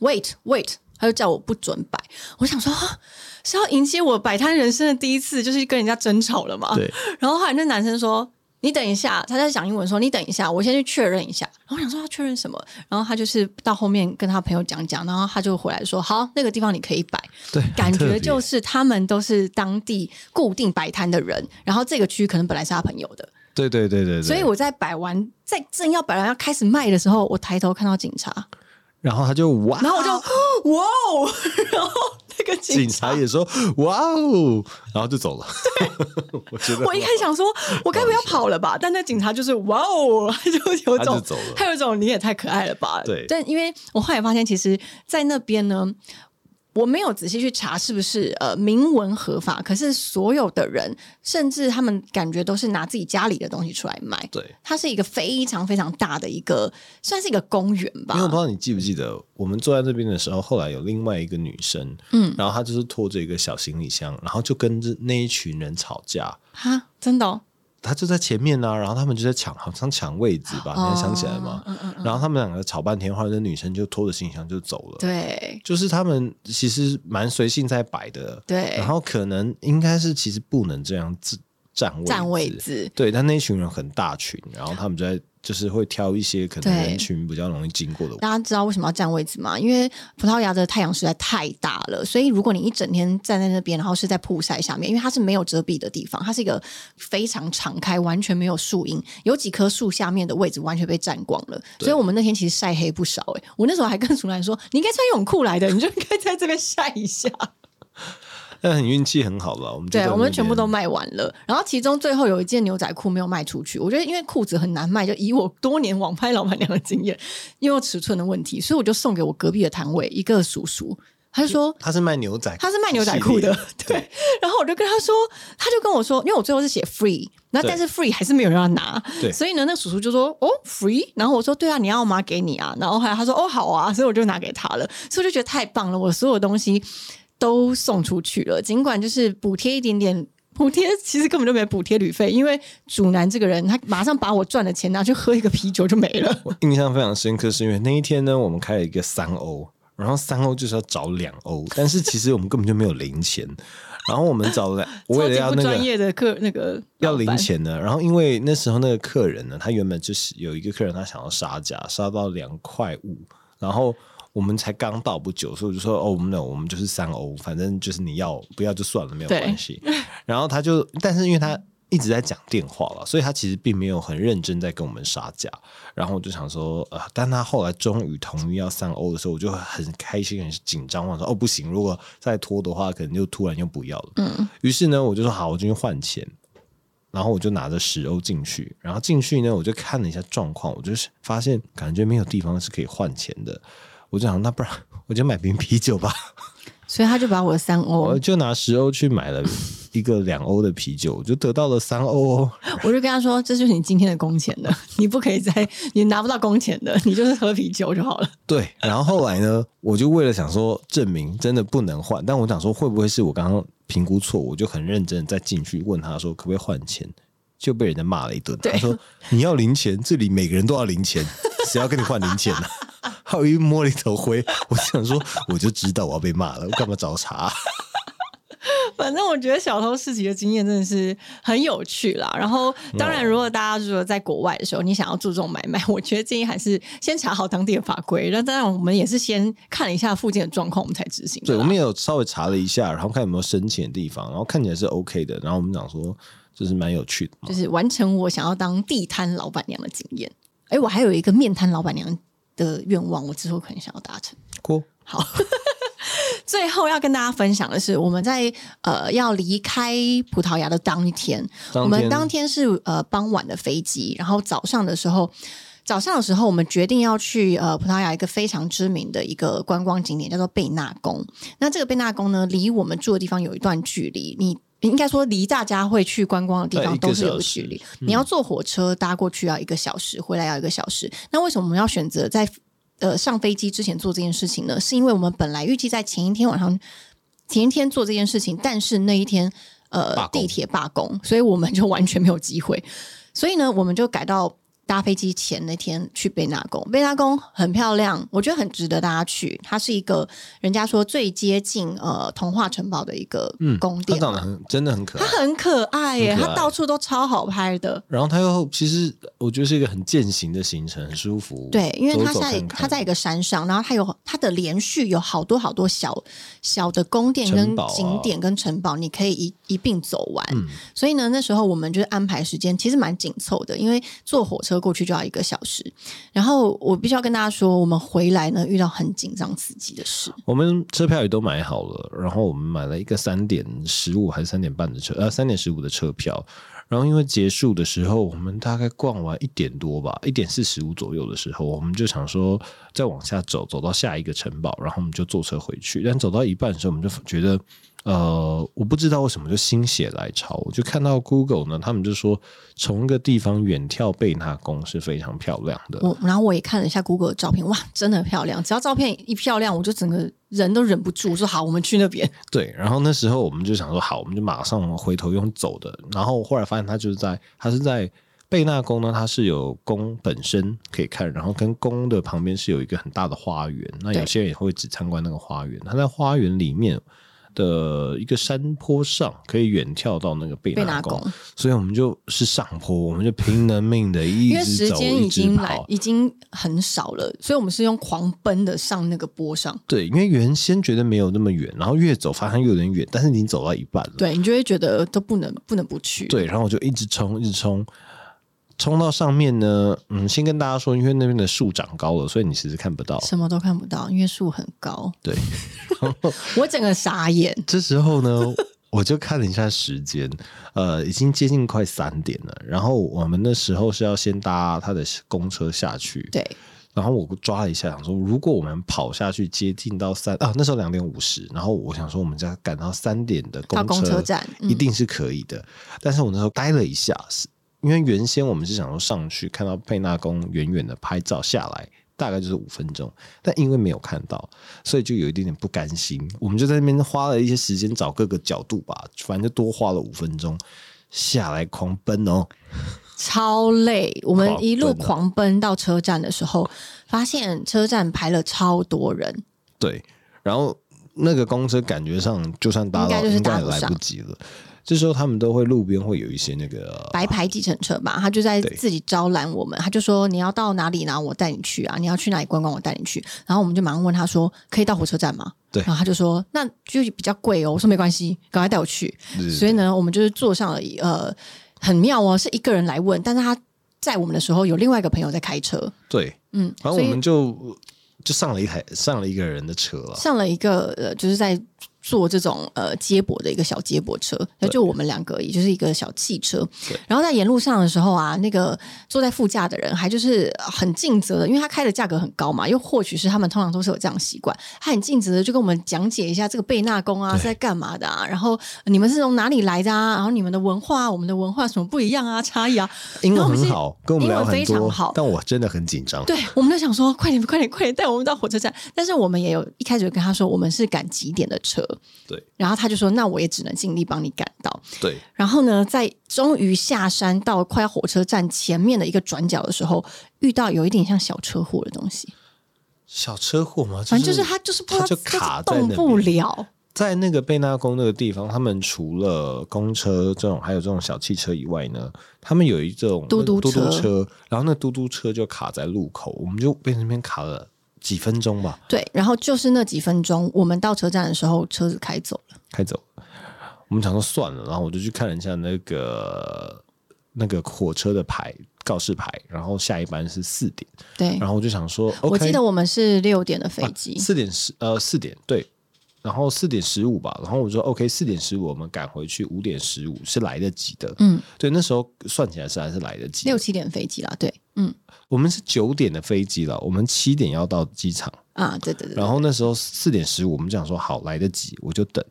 Speaker 2: wait wait，他就叫我不准摆。我想说啊是要引起我摆摊人生的第一次，就是跟人家争吵了嘛。
Speaker 3: 对，
Speaker 2: 然后后来那男生说：“你等一下。”他在讲英文说：“你等一下，我先去确认一下。”然后我想说他确认什么？然后他就是到后面跟他朋友讲讲，然后他就回来说：“好，那个地方你可以摆。”
Speaker 3: 对，
Speaker 2: 感
Speaker 3: 很特
Speaker 2: 觉
Speaker 3: 别
Speaker 2: 就是他们都是当地固定摆摊的人，然后这个区可能本来是他朋友的，
Speaker 3: 对对对对对。
Speaker 2: 所以我在摆完，在正要摆完要开始卖的时候，我抬头看到警察，
Speaker 3: 然后他就哇，
Speaker 2: 然后我就、哇哦， 然后那个警
Speaker 3: 啊警察也说哇哦，然后就走了。 我觉得
Speaker 2: 我一开始想说，我该不要跑了吧？但那警察就是哇哦， 他就有
Speaker 3: 他就
Speaker 2: 种
Speaker 3: 走了
Speaker 2: 他有种你也太可爱了吧？
Speaker 3: 对
Speaker 2: 但因为我后来发现，其实，在那边呢。我没有仔细去查是不是呃明文合法，可是所有的人，甚至他们感觉都是拿自己家里的东西出来卖。
Speaker 3: 对，
Speaker 2: 它是一个非常非常大的一个，算是一个公园吧
Speaker 3: 因为。我不知道你记不记得，我们坐在那边的时候，后来有另外一个女生，嗯，然后她就是拖着一个小行李箱，然后就跟着那一群人吵架，
Speaker 2: 哈，真的、哦，
Speaker 3: 她就在前面啊呢、然后他们就在抢，好像抢位置吧，你还想起来吗？
Speaker 2: 哦嗯嗯
Speaker 3: 然后他们两个吵半天，后来那女生就拖着行李箱就走了。
Speaker 2: 对
Speaker 3: 就是他们其实蛮随性在摆的，
Speaker 2: 对
Speaker 3: 然后可能应该是其实不能这样自占位
Speaker 2: 占位置，
Speaker 3: 对，但那一群人很大群，然后他们就在就是会挑一些可能
Speaker 2: 对
Speaker 3: 人群比较容易经过的位置。
Speaker 2: 大家知道为什么要占位置吗？因为葡萄牙的太阳实在太大了，所以如果你一整天站在那边，然后是在曝晒下面，因为它是没有遮蔽的地方，它是一个非常敞开、完全没有树荫，有几棵树下面的位置完全被占光了。所以我们那天其实晒黑不少、欸。我那时候还跟楚兰说：“你应该穿泳裤来的，你就应该在这边晒一下。”
Speaker 3: 但很运气很好了，我们就
Speaker 2: 对，
Speaker 3: 在
Speaker 2: 我
Speaker 3: 那
Speaker 2: 们
Speaker 3: 边
Speaker 2: 全部都卖完了，然后其中最后有一件牛仔裤没有卖出去。我觉得因为裤子很难卖，就以我多年网拍老板娘的经验，因为我尺寸的问题，所以我就送给我隔壁的摊位一个叔叔，他就说。
Speaker 3: 他是卖牛仔，
Speaker 2: 他是卖牛仔裤的
Speaker 3: 系，列
Speaker 2: 对。然后我就跟他说，他就跟我说，因为我最后是写 free，那
Speaker 3: 对
Speaker 2: 但是 free 还是没有人要拿，
Speaker 3: 对
Speaker 2: 所以呢，那叔叔就说哦 free，然后我说对啊，你要吗？给你啊。然后后来他说哦好啊， 所以我就拿给他了，所以我就觉得太棒了，我所有东西都送出去了，尽管就是补贴一点点。补贴其实根本就没补贴旅费，因为主男这个人，他马上把我赚的钱拿去喝一个啤酒就没了。
Speaker 3: 我印象非常深刻，是因为那一天呢，我们开了一个三欧，然后三欧就是要找两欧，但是其实我们根本就没有零钱，然后我们找 了，我
Speaker 2: 超
Speaker 3: 为了
Speaker 2: 级
Speaker 3: 要
Speaker 2: 不
Speaker 3: 那
Speaker 2: 专
Speaker 3: 个。
Speaker 2: 业的客那个
Speaker 3: 要
Speaker 2: 老板
Speaker 3: 零钱呢，然后因为那时候那个客人呢，他原本就是有一个客人，他想要杀价，杀到两块五，然后我们才刚到不久，所以我就说哦，我们 no，我们就是三欧，反正就是你要不要就算了，没有
Speaker 2: 对
Speaker 3: 关系。然后他就，但是因为他一直在讲电话了，所以他其实并没有很认真在跟我们杀价。然后我就想说，呃，但他后来终于同意要三欧的时候，我就很开心、很紧张，我想说哦不行，如果再拖的话，可能就突然又不要了。嗯，于是呢，我就说好，我就去换钱。然后我就拿着十欧进去，然后进去呢，我就看了一下状况，我就是发现感觉没有地方是可以换钱的，我就想那不然 我就买瓶啤酒吧，
Speaker 2: 所以他就把我的三欧
Speaker 3: 我就拿十欧去买了一个两欧的啤酒，我就得到了三欧哦。
Speaker 2: 我就跟他说：“这就是你今天的工钱了，你不可以再，你拿不到工钱的，你就是喝啤酒就好了。
Speaker 3: 对，然后后来呢， 我就为了想说证明真的不能换，但我想说会不会是我刚刚评估错，我就很认真地再进去问他说可不可以换钱，就被人家骂了一顿。
Speaker 2: 对
Speaker 3: 他说你要零钱，这里每个人都要零钱，谁要跟你换零钱呢、 还有一摸了一头灰。我想说，我就知道我要被骂了，我干嘛 找茬？
Speaker 2: 反正我觉得小偷市集的经验真的是很有趣啦。然后，
Speaker 3: 嗯
Speaker 2: 当然，如果大家如果在国外的时候，你想要注重买卖，我觉得建议还是先查好当地的法规。那当然，我们也是先看了一下附近的状况，我们才执行的
Speaker 3: 对，
Speaker 2: 啦。
Speaker 3: 我们也有稍微查了一下，然后看有没有深浅的地方，然后看起来是 OK 的。然后我们讲说，就是蛮有趣的嘛。
Speaker 2: 就是完成我想要当地摊老板娘的经验。哎，我还有一个面摊老板娘的愿望，我之后可能想要达成。
Speaker 3: 过
Speaker 2: 好，最后要跟大家分享的是，我们在呃要离开葡萄牙的当一天，
Speaker 3: 当天
Speaker 2: 我们当天是呃傍晚的飞机，然后早上的时候。早上的时候，我们决定要去呃葡萄牙一个非常知名的一个观光景点，叫做贝纳宫。那这个贝纳宫呢，离我们住的地方有一段距离，你应该说离大家会去观光的地
Speaker 3: 对
Speaker 2: 方
Speaker 3: 一个
Speaker 2: 都是有
Speaker 3: 小时嗯
Speaker 2: 距离。你要坐火车搭过去要一个小时，回来要一个小时。那为什么我们要选择在呃上飞机之前做这件事情呢？是因为我们本来预计在前一天晚上前一天做这件事情，但是那一天
Speaker 3: 罢
Speaker 2: 呃
Speaker 3: 工
Speaker 2: 地铁罢工，所以我们就完全没有机会。所以呢，我们就改到搭飞机前那天去贝纳宫。贝纳宫很漂亮，我觉得很值得大家去。它是一个人家说最接近呃童话城堡的一个宫
Speaker 3: 嗯它
Speaker 2: 殿
Speaker 3: 长得
Speaker 2: 嘛、
Speaker 3: 很真的很可
Speaker 2: 它
Speaker 3: 爱，
Speaker 2: 很可爱耶、
Speaker 3: 很可爱
Speaker 2: 它到处都超好拍的。
Speaker 3: 然后它又其实我觉得是一个很践行的行程，很舒服。
Speaker 2: 对，因为它
Speaker 3: 走走
Speaker 2: 在
Speaker 3: 看看
Speaker 2: 它在一个山上，然后它有它的连续有好多好多小小的宫殿
Speaker 3: 城
Speaker 2: 跟
Speaker 3: 堡啊嗯
Speaker 2: 景点跟城堡，你可以一一并走完。所以呢，那时候我们就是安排时间其实蛮紧凑的，因为坐火车过去就要一个小时。然后我必须要跟大家说，我们回来呢遇到很紧张刺激的事。
Speaker 3: 我们车票也都买好了，然后我们买了一个三点十五还是三点半的车，呃，三点十五的车票。然后因为结束的时候，我们大概逛完一点多吧，一点四十五左右的时候，我们就想说再往下走，走到下一个城堡，然后我们就坐车回去。但走到一半的时候，我们就觉得，呃，我不知道为什么就心血来潮，我就看到 Google 呢，他们就说从一个地方远眺贝纳宫是非常漂亮的。
Speaker 2: 我然后我也看了一下 Google 的照片，哇，真的很漂亮！只要照片一漂亮，我就整个人都忍不住，我说好，我们去那边。
Speaker 3: 对，然后那时候我们就想说，好，我们就马上回头用走的。然后后来发现它就是在，它是在贝纳宫呢，它是有宫本身可以看，然后跟宫的旁边是有一个很大的花园。那有
Speaker 2: 对
Speaker 3: 些人也会只参观那个花园。它在花园里面的一个山坡上，可以远眺到那个贝
Speaker 2: 贝
Speaker 3: 纳
Speaker 2: 纳
Speaker 3: 宫。
Speaker 2: 宫
Speaker 3: 所以我们就是上坡，我们就拼了命的一
Speaker 2: 因为
Speaker 3: 直
Speaker 2: 时
Speaker 3: 走，
Speaker 2: 间
Speaker 3: 一
Speaker 2: 已
Speaker 3: 直
Speaker 2: 经来
Speaker 3: 跑。
Speaker 2: 已经很少了，所以我们是用狂奔的上那个坡上，
Speaker 3: 对，因为原先觉得没有那么远，然后越走发现越有点远，但是你走到一半了。
Speaker 2: 对你就会觉得都不能不能不去。
Speaker 3: 对，然后我就一直冲，一直冲，冲到上面呢。嗯，先跟大家说，因为那边的树长高了，所以你其实看不到。
Speaker 2: 什么都看不到，因为树很高，
Speaker 3: 对，
Speaker 2: 我整个傻眼。
Speaker 3: 这时候呢，我就看了一下时间，呃，已经接近快三点了。然后我们那时候是要先搭他的公车下去，
Speaker 2: 对，
Speaker 3: 然后我抓了一下，想说如果我们跑下去接近到三啊，那时候两点五十，然后我想说我们家赶到三点的公
Speaker 2: 到
Speaker 3: 车
Speaker 2: 公车站嗯
Speaker 3: 一定是可以的。但是我那时候待了一下，是因为原先我们是想说上去看到佩纳宫远远的拍照下来。大概就是五分钟，但因为没有看到，所以就有一点点不甘心。我们就在那边花了一些时间找各个角度吧，反正就多花了五分钟，下来狂奔哦。
Speaker 2: 超累。我们一路
Speaker 3: 狂奔啊
Speaker 2: 狂奔到车站的时候，发现车站排了超多人，
Speaker 3: 对，然后那个公车感觉上就算搭
Speaker 2: 应
Speaker 3: 到，
Speaker 2: 该就是
Speaker 3: 应该
Speaker 2: 搭
Speaker 3: 也
Speaker 2: 不
Speaker 3: 来
Speaker 2: 上
Speaker 3: 不及了。这时候他们都会路边会有一些那个
Speaker 2: 白牌计程车吧，他就在
Speaker 3: 对
Speaker 2: 自己招揽我们，他就说你要到哪里，然后我带你去啊，你要去哪里观光，我带你去。然后我们就马上问他说，可以到火车站吗？
Speaker 3: 对
Speaker 2: 然后他就说那就比较贵哦，我说没关系，赶快带我去。
Speaker 3: 对
Speaker 2: 所以呢，我们就是坐上了一呃，很妙哦，是一个人来问，但是他载我们的时候有另外一个朋友在开车，
Speaker 3: 对，
Speaker 2: 嗯，
Speaker 3: 反
Speaker 2: 所
Speaker 3: 正
Speaker 2: 以
Speaker 3: 我们就就上了一台上了一个人的车了。
Speaker 2: 上了一个呃，就是在做这种呃接驳的一个小接驳车，那就我们两个而已，也就是一个小汽车
Speaker 3: 对。
Speaker 2: 然后在沿路上的时候啊，那个坐在副驾的人还就是很尽责的，因为他开的价格很高嘛，又或许是他们通常都是有这样的习惯，他很尽责的就跟我们讲解一下这个贝纳宫啊
Speaker 3: 对
Speaker 2: 是在干嘛的啊，然后呃你们是从哪里来的啊，然后你们的文化、啊、我们的文化有什么不一样啊，差异啊，
Speaker 3: 英
Speaker 2: 然后我
Speaker 3: 文
Speaker 2: 们
Speaker 3: 很
Speaker 2: 是
Speaker 3: 好，跟我们
Speaker 2: 英
Speaker 3: 聊
Speaker 2: 文
Speaker 3: 很
Speaker 2: 非常
Speaker 3: 多
Speaker 2: 好，
Speaker 3: 但我真的很紧张。
Speaker 2: 对，我们就想说，快点，快点，快点，带我们到火车站。但是我们也有一开始就跟他说，我们是赶几点的车。
Speaker 3: 对。
Speaker 2: 然后他就说，那我也只能尽力帮你赶到。
Speaker 3: 对，
Speaker 2: 然后呢，在终于下山到快要火车站前面的一个转角的时候，遇到有一点像小车祸的东西，
Speaker 3: 小车祸吗？
Speaker 2: 反正就是他就是不知道
Speaker 3: 他就卡在
Speaker 2: 动
Speaker 3: 那
Speaker 2: 不
Speaker 3: 边
Speaker 2: 了。
Speaker 3: 在那个贝纳宫那个地方，他们除了公车这种，还有这种小汽车以外呢，他们有一种
Speaker 2: 嘟嘟
Speaker 3: 嘟
Speaker 2: 车
Speaker 3: 嘟车，然后那嘟嘟车就卡在路口，我们就被那边卡了几分钟吧，
Speaker 2: 对，然后就是那几分钟，我们到车站的时候，车子开走了。
Speaker 3: 开走了。我们想说算了，然后我就去看了一下那个那个火车的牌告示牌，然后下一班是四点，
Speaker 2: 对，
Speaker 3: 然后我就想说，OK，
Speaker 2: 哎
Speaker 3: 啊
Speaker 2: 我记得我们是六点的飞机，
Speaker 3: 哦四点十呃四点对，然后四点十五吧，然后我说 OK 四点十五我们赶回去，五点十五是来得及的，
Speaker 2: 嗯，
Speaker 3: 对，那时候算起来是还是来得及
Speaker 2: 六
Speaker 3: 的。
Speaker 2: 七点飞机啦。对，嗯
Speaker 3: 我们是九点的飞机了，我们七点要到机场，
Speaker 2: 啊，对对对，
Speaker 3: 然后那时候四点十五，我们讲说好来得及，我就等。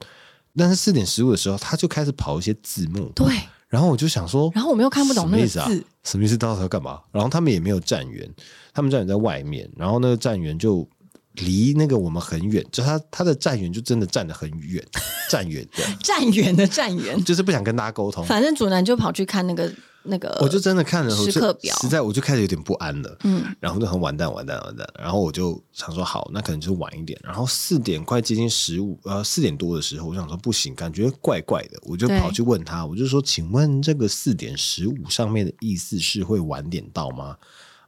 Speaker 3: 但是四点十五的时候，他就开始跑一些字幕，
Speaker 2: 对，
Speaker 3: 然后我就想说，
Speaker 2: 然后我们又看不懂那个
Speaker 3: 什么意思
Speaker 2: 字
Speaker 3: 啊，什么意思？到时候干嘛？然后他们也没有站员，他们站员在外面，然后那个站员就离那个我们很远，就他他的站员就真的站得很远，站远 的，
Speaker 2: 站员的站员，
Speaker 3: 就是不想跟大家沟通。
Speaker 2: 反正主男就跑去看那个那个，
Speaker 3: 我就真的看了，我
Speaker 2: 时
Speaker 3: 就
Speaker 2: 刻表
Speaker 3: 实在我就开始有点不安了，
Speaker 2: 嗯，
Speaker 3: 然后就很完蛋，完蛋，完蛋。然后我就想说，好，那可能就晚一点。然后四点快接近十五，呃，四点多的时候，我想说不行，感觉怪怪的，我就
Speaker 2: 对
Speaker 3: 跑去问他，我就说，请问这个四点十五上面的意思是会晚点到吗？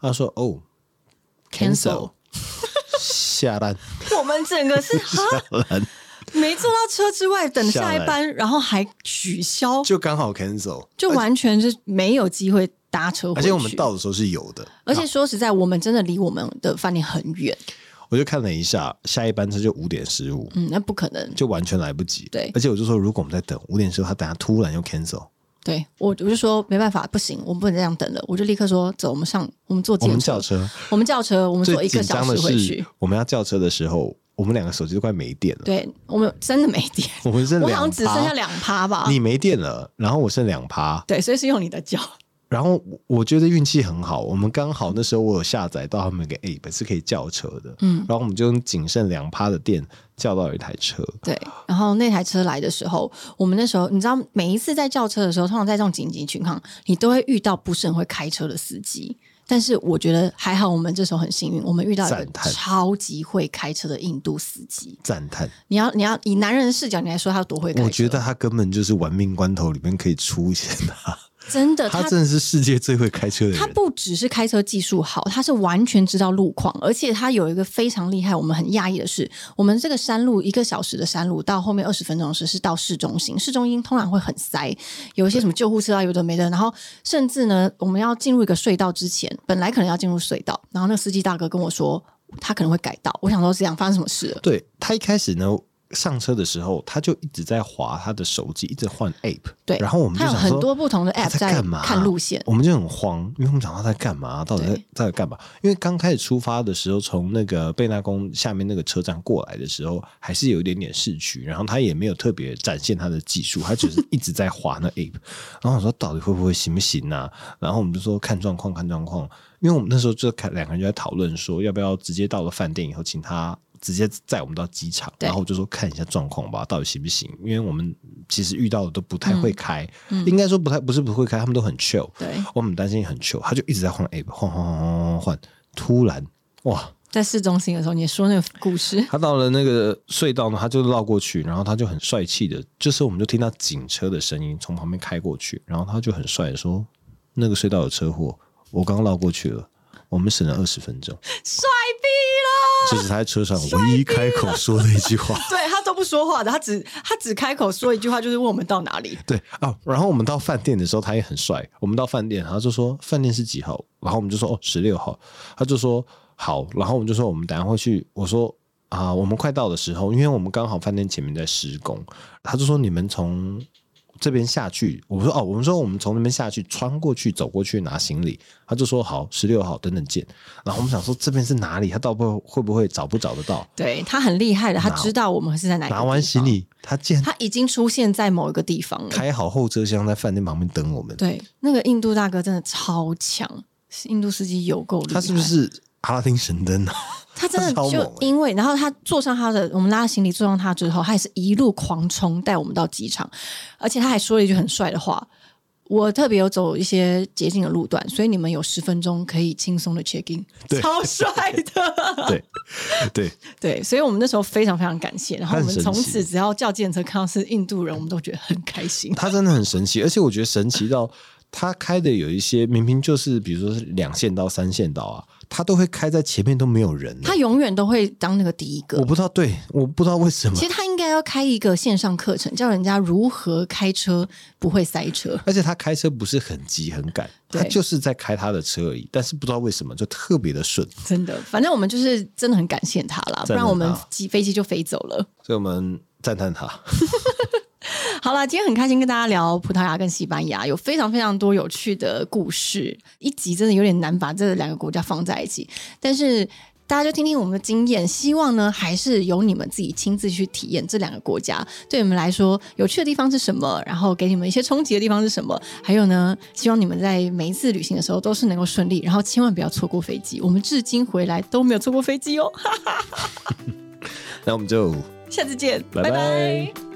Speaker 3: 他说，哦
Speaker 2: Cancel
Speaker 3: 下单，
Speaker 2: 我们整个 是哈没坐到车之外，等
Speaker 3: 下
Speaker 2: 下一
Speaker 3: 来
Speaker 2: 班，然后还取消，
Speaker 3: 就刚好 cancel，
Speaker 2: 就完全是没有机会搭车回
Speaker 3: 而
Speaker 2: 去。
Speaker 3: 且我们到的时候是有的，
Speaker 2: 而且说实在，我们真的离我们的饭店很远，
Speaker 3: 我就看了一下，下一班车就五点十五，
Speaker 2: 嗯，那不可能。
Speaker 3: 就完全来不及。
Speaker 2: 对
Speaker 3: 而且我就说，如果我们在等五点之后，他等下突然又 cancel，
Speaker 2: 对我，我就说没办法，不行，我们不能这样等了，我就立刻说走，我们上，我们坐
Speaker 3: 我
Speaker 2: 计
Speaker 3: 们
Speaker 2: 程
Speaker 3: 叫
Speaker 2: 车，
Speaker 3: 车。
Speaker 2: 我们叫车，我们坐
Speaker 3: 最
Speaker 2: 一
Speaker 3: 紧
Speaker 2: 个小
Speaker 3: 张的
Speaker 2: 时回
Speaker 3: 是
Speaker 2: 去。，
Speaker 3: 我们要叫车的时候，我们两个手机都快没电了。
Speaker 2: 对我们真的没电，
Speaker 3: 我们剩
Speaker 2: 我
Speaker 3: 两
Speaker 2: 好像
Speaker 3: 趴，
Speaker 2: 只剩下两趴吧。
Speaker 3: 你没电了，然后我剩两趴。
Speaker 2: 对，所以是用你的脚。
Speaker 3: 然后我我觉得运气很好，我们刚好那时候我有下载到他们一个 app 是可以叫车的，
Speaker 2: 嗯
Speaker 3: 然后我们就用仅剩两趴的电叫到一台车。
Speaker 2: 对，然后那台车来的时候，我们那时候你知道，每一次在叫车的时候，通常在这种紧急情况，你都会遇到不是很会开车的司机。但是我觉得还好，我们这时候很幸运，我们遇到一个
Speaker 3: 赞叹
Speaker 2: 超级会开车的印度司机。
Speaker 3: 赞叹！
Speaker 2: 你要你要以男人的视角，你来说他有多会开车？
Speaker 3: 我觉得他根本就是玩命关头里面可以出现 的，
Speaker 2: 真的，
Speaker 3: 他
Speaker 2: 他
Speaker 3: 真的是世界最会开车的
Speaker 2: 他
Speaker 3: 人。
Speaker 2: 不只是开车技术好，他是完全知道路况，而且他有一个非常厉害，我们很讶异的是，我们这个山路一个小时的山路，到后面二十分钟的时候是到市中心，市中心通常会很塞，有一些什么救护车啊，有的没的，然后甚至呢，我们要进入一个隧道之前，本来可能要进入隧道，然后那个司机大哥跟我说。他可能会改道，我想说这样发生什么事了？
Speaker 3: 对他一开始呢，上车的时候他就一直在滑他的手机，一直换 app。
Speaker 2: 对，
Speaker 3: 然后我们就
Speaker 2: 他有
Speaker 3: 想说
Speaker 2: 很多不同的
Speaker 3: 他
Speaker 2: app
Speaker 3: 在
Speaker 2: 在
Speaker 3: 干嘛啊
Speaker 2: 看路线，
Speaker 3: 我们就很慌，因为我们想他在干嘛，啊到底在
Speaker 2: 对
Speaker 3: 在干嘛？因为刚开始出发的时候，从那个贝纳宫下面那个车站过来的时候，还是有一点点市区，然后他也没有特别展现他的技术，他只是一直在滑那 app，然后 我说到底会不会行不行啊？然后我们就说看状况，看状况，因为我们那时候就看两个人就在讨论说，要不要直接到了饭店以后，请他。直接载我们到机场，
Speaker 2: 对
Speaker 3: 然后我就说看一下状况吧，到底行不行？因为我们其实遇到的都不太会开，应该说不太不是不会开，他们都很 chill，
Speaker 2: 嗯对，
Speaker 3: 我很担心很糗，他就一直在换 app，换换换换换换，突然哇，
Speaker 2: 在市中心的时候，你说那个故 事，
Speaker 3: 他到了那个隧道呢，他就绕过去，然后他就很帅气的，这时候我们就听到警车的声音从旁边开过去，然后他就很帅的说：“那个隧道有车祸，我刚刚绕过去了。”我们省了二十分钟，
Speaker 2: 帅毙了！
Speaker 3: 这是他在车上唯一开口说的一句话。
Speaker 2: 对他都不说话的，他只他只开口说一句话，就是问我们到哪里。
Speaker 3: 对啊，然后我们到饭店的时候，他也很帅。我们到饭店，他就说饭店是几号，然后我们就说哦十六号，他就说好，然后我们就说我们等一下会去，我说啊，我们快到的时候，因为我们刚好饭店前面在施工，他就说你们从这边下去，我们说哦，我们说我们从那边下去，穿过去走过去拿行李，他就说好，十六号等等见。然后我们想说这边是哪里，他到不会不会找不找得到？
Speaker 2: 对他很厉害的，他知道我们是在哪一个
Speaker 3: 拿完
Speaker 2: 地
Speaker 3: 行
Speaker 2: 方，
Speaker 3: 李，他竟然
Speaker 2: 他已经出现在某一个地方了。
Speaker 3: 开好后车厢在饭店旁边等我们。
Speaker 2: 对，那个印度大哥真的超强，是印度司机有够厉害。
Speaker 3: 他是不？是阿拉丁神灯啊？
Speaker 2: 他真的
Speaker 3: 他超猛欸
Speaker 2: 就因为，然后他坐上他的，我们拉行李坐上他之后，他也是一路狂冲带我们到机场，而且他还说了一句很帅的话。我特别有走一些捷径的路段，所以你们有十分钟可以轻松的 check in，
Speaker 3: 对
Speaker 2: 超帅 的。
Speaker 3: 对 对，
Speaker 2: 对，所以我们那时候非常非常感谢，然后我们
Speaker 3: 他很
Speaker 2: 从
Speaker 3: 神奇
Speaker 2: 此只要叫计程车看到是印度人，我们都觉得很开 心。
Speaker 3: 它真的很神奇，而且我觉得神奇到它开的有一些明明就是，比如说是两线道、三线道啊，它都会开在前面都没有人。
Speaker 2: 他永远都会当那个第一
Speaker 3: 我
Speaker 2: 个。
Speaker 3: 不知道，对，我不知道为什么
Speaker 2: 其。实他应该要开一个线上课程，教人家如何开车不会塞 车。
Speaker 3: 而且他开车不是很急很赶，
Speaker 2: 对
Speaker 3: 他就是在开他的车而已，但是不知道为什么就特别的顺。
Speaker 2: 真的，反正我们就是真的很感谢他啦，
Speaker 3: 真的
Speaker 2: 不然我们
Speaker 3: 啊
Speaker 2: 机飞机就飞走了。
Speaker 3: 所以我们赞叹他。
Speaker 2: 好啦，今天很开心跟大家聊葡萄牙跟西班牙，有非常非常多有趣的故事。一集真的有点难把这两个国家放在一起，但是大家就听听我们的经验，希望呢还是由你们自己亲自去体验这两个国家对你们来说有趣的地方是什么，然后给你们一些冲击的地方是什么。还有呢，希望你们在每一次旅行的时候都是能够顺利，然后千万不要错过飞机。哦我们至今回来都没有错过飞机哦。
Speaker 3: 那我们就
Speaker 2: 下次见，
Speaker 3: 拜拜
Speaker 2: 拜拜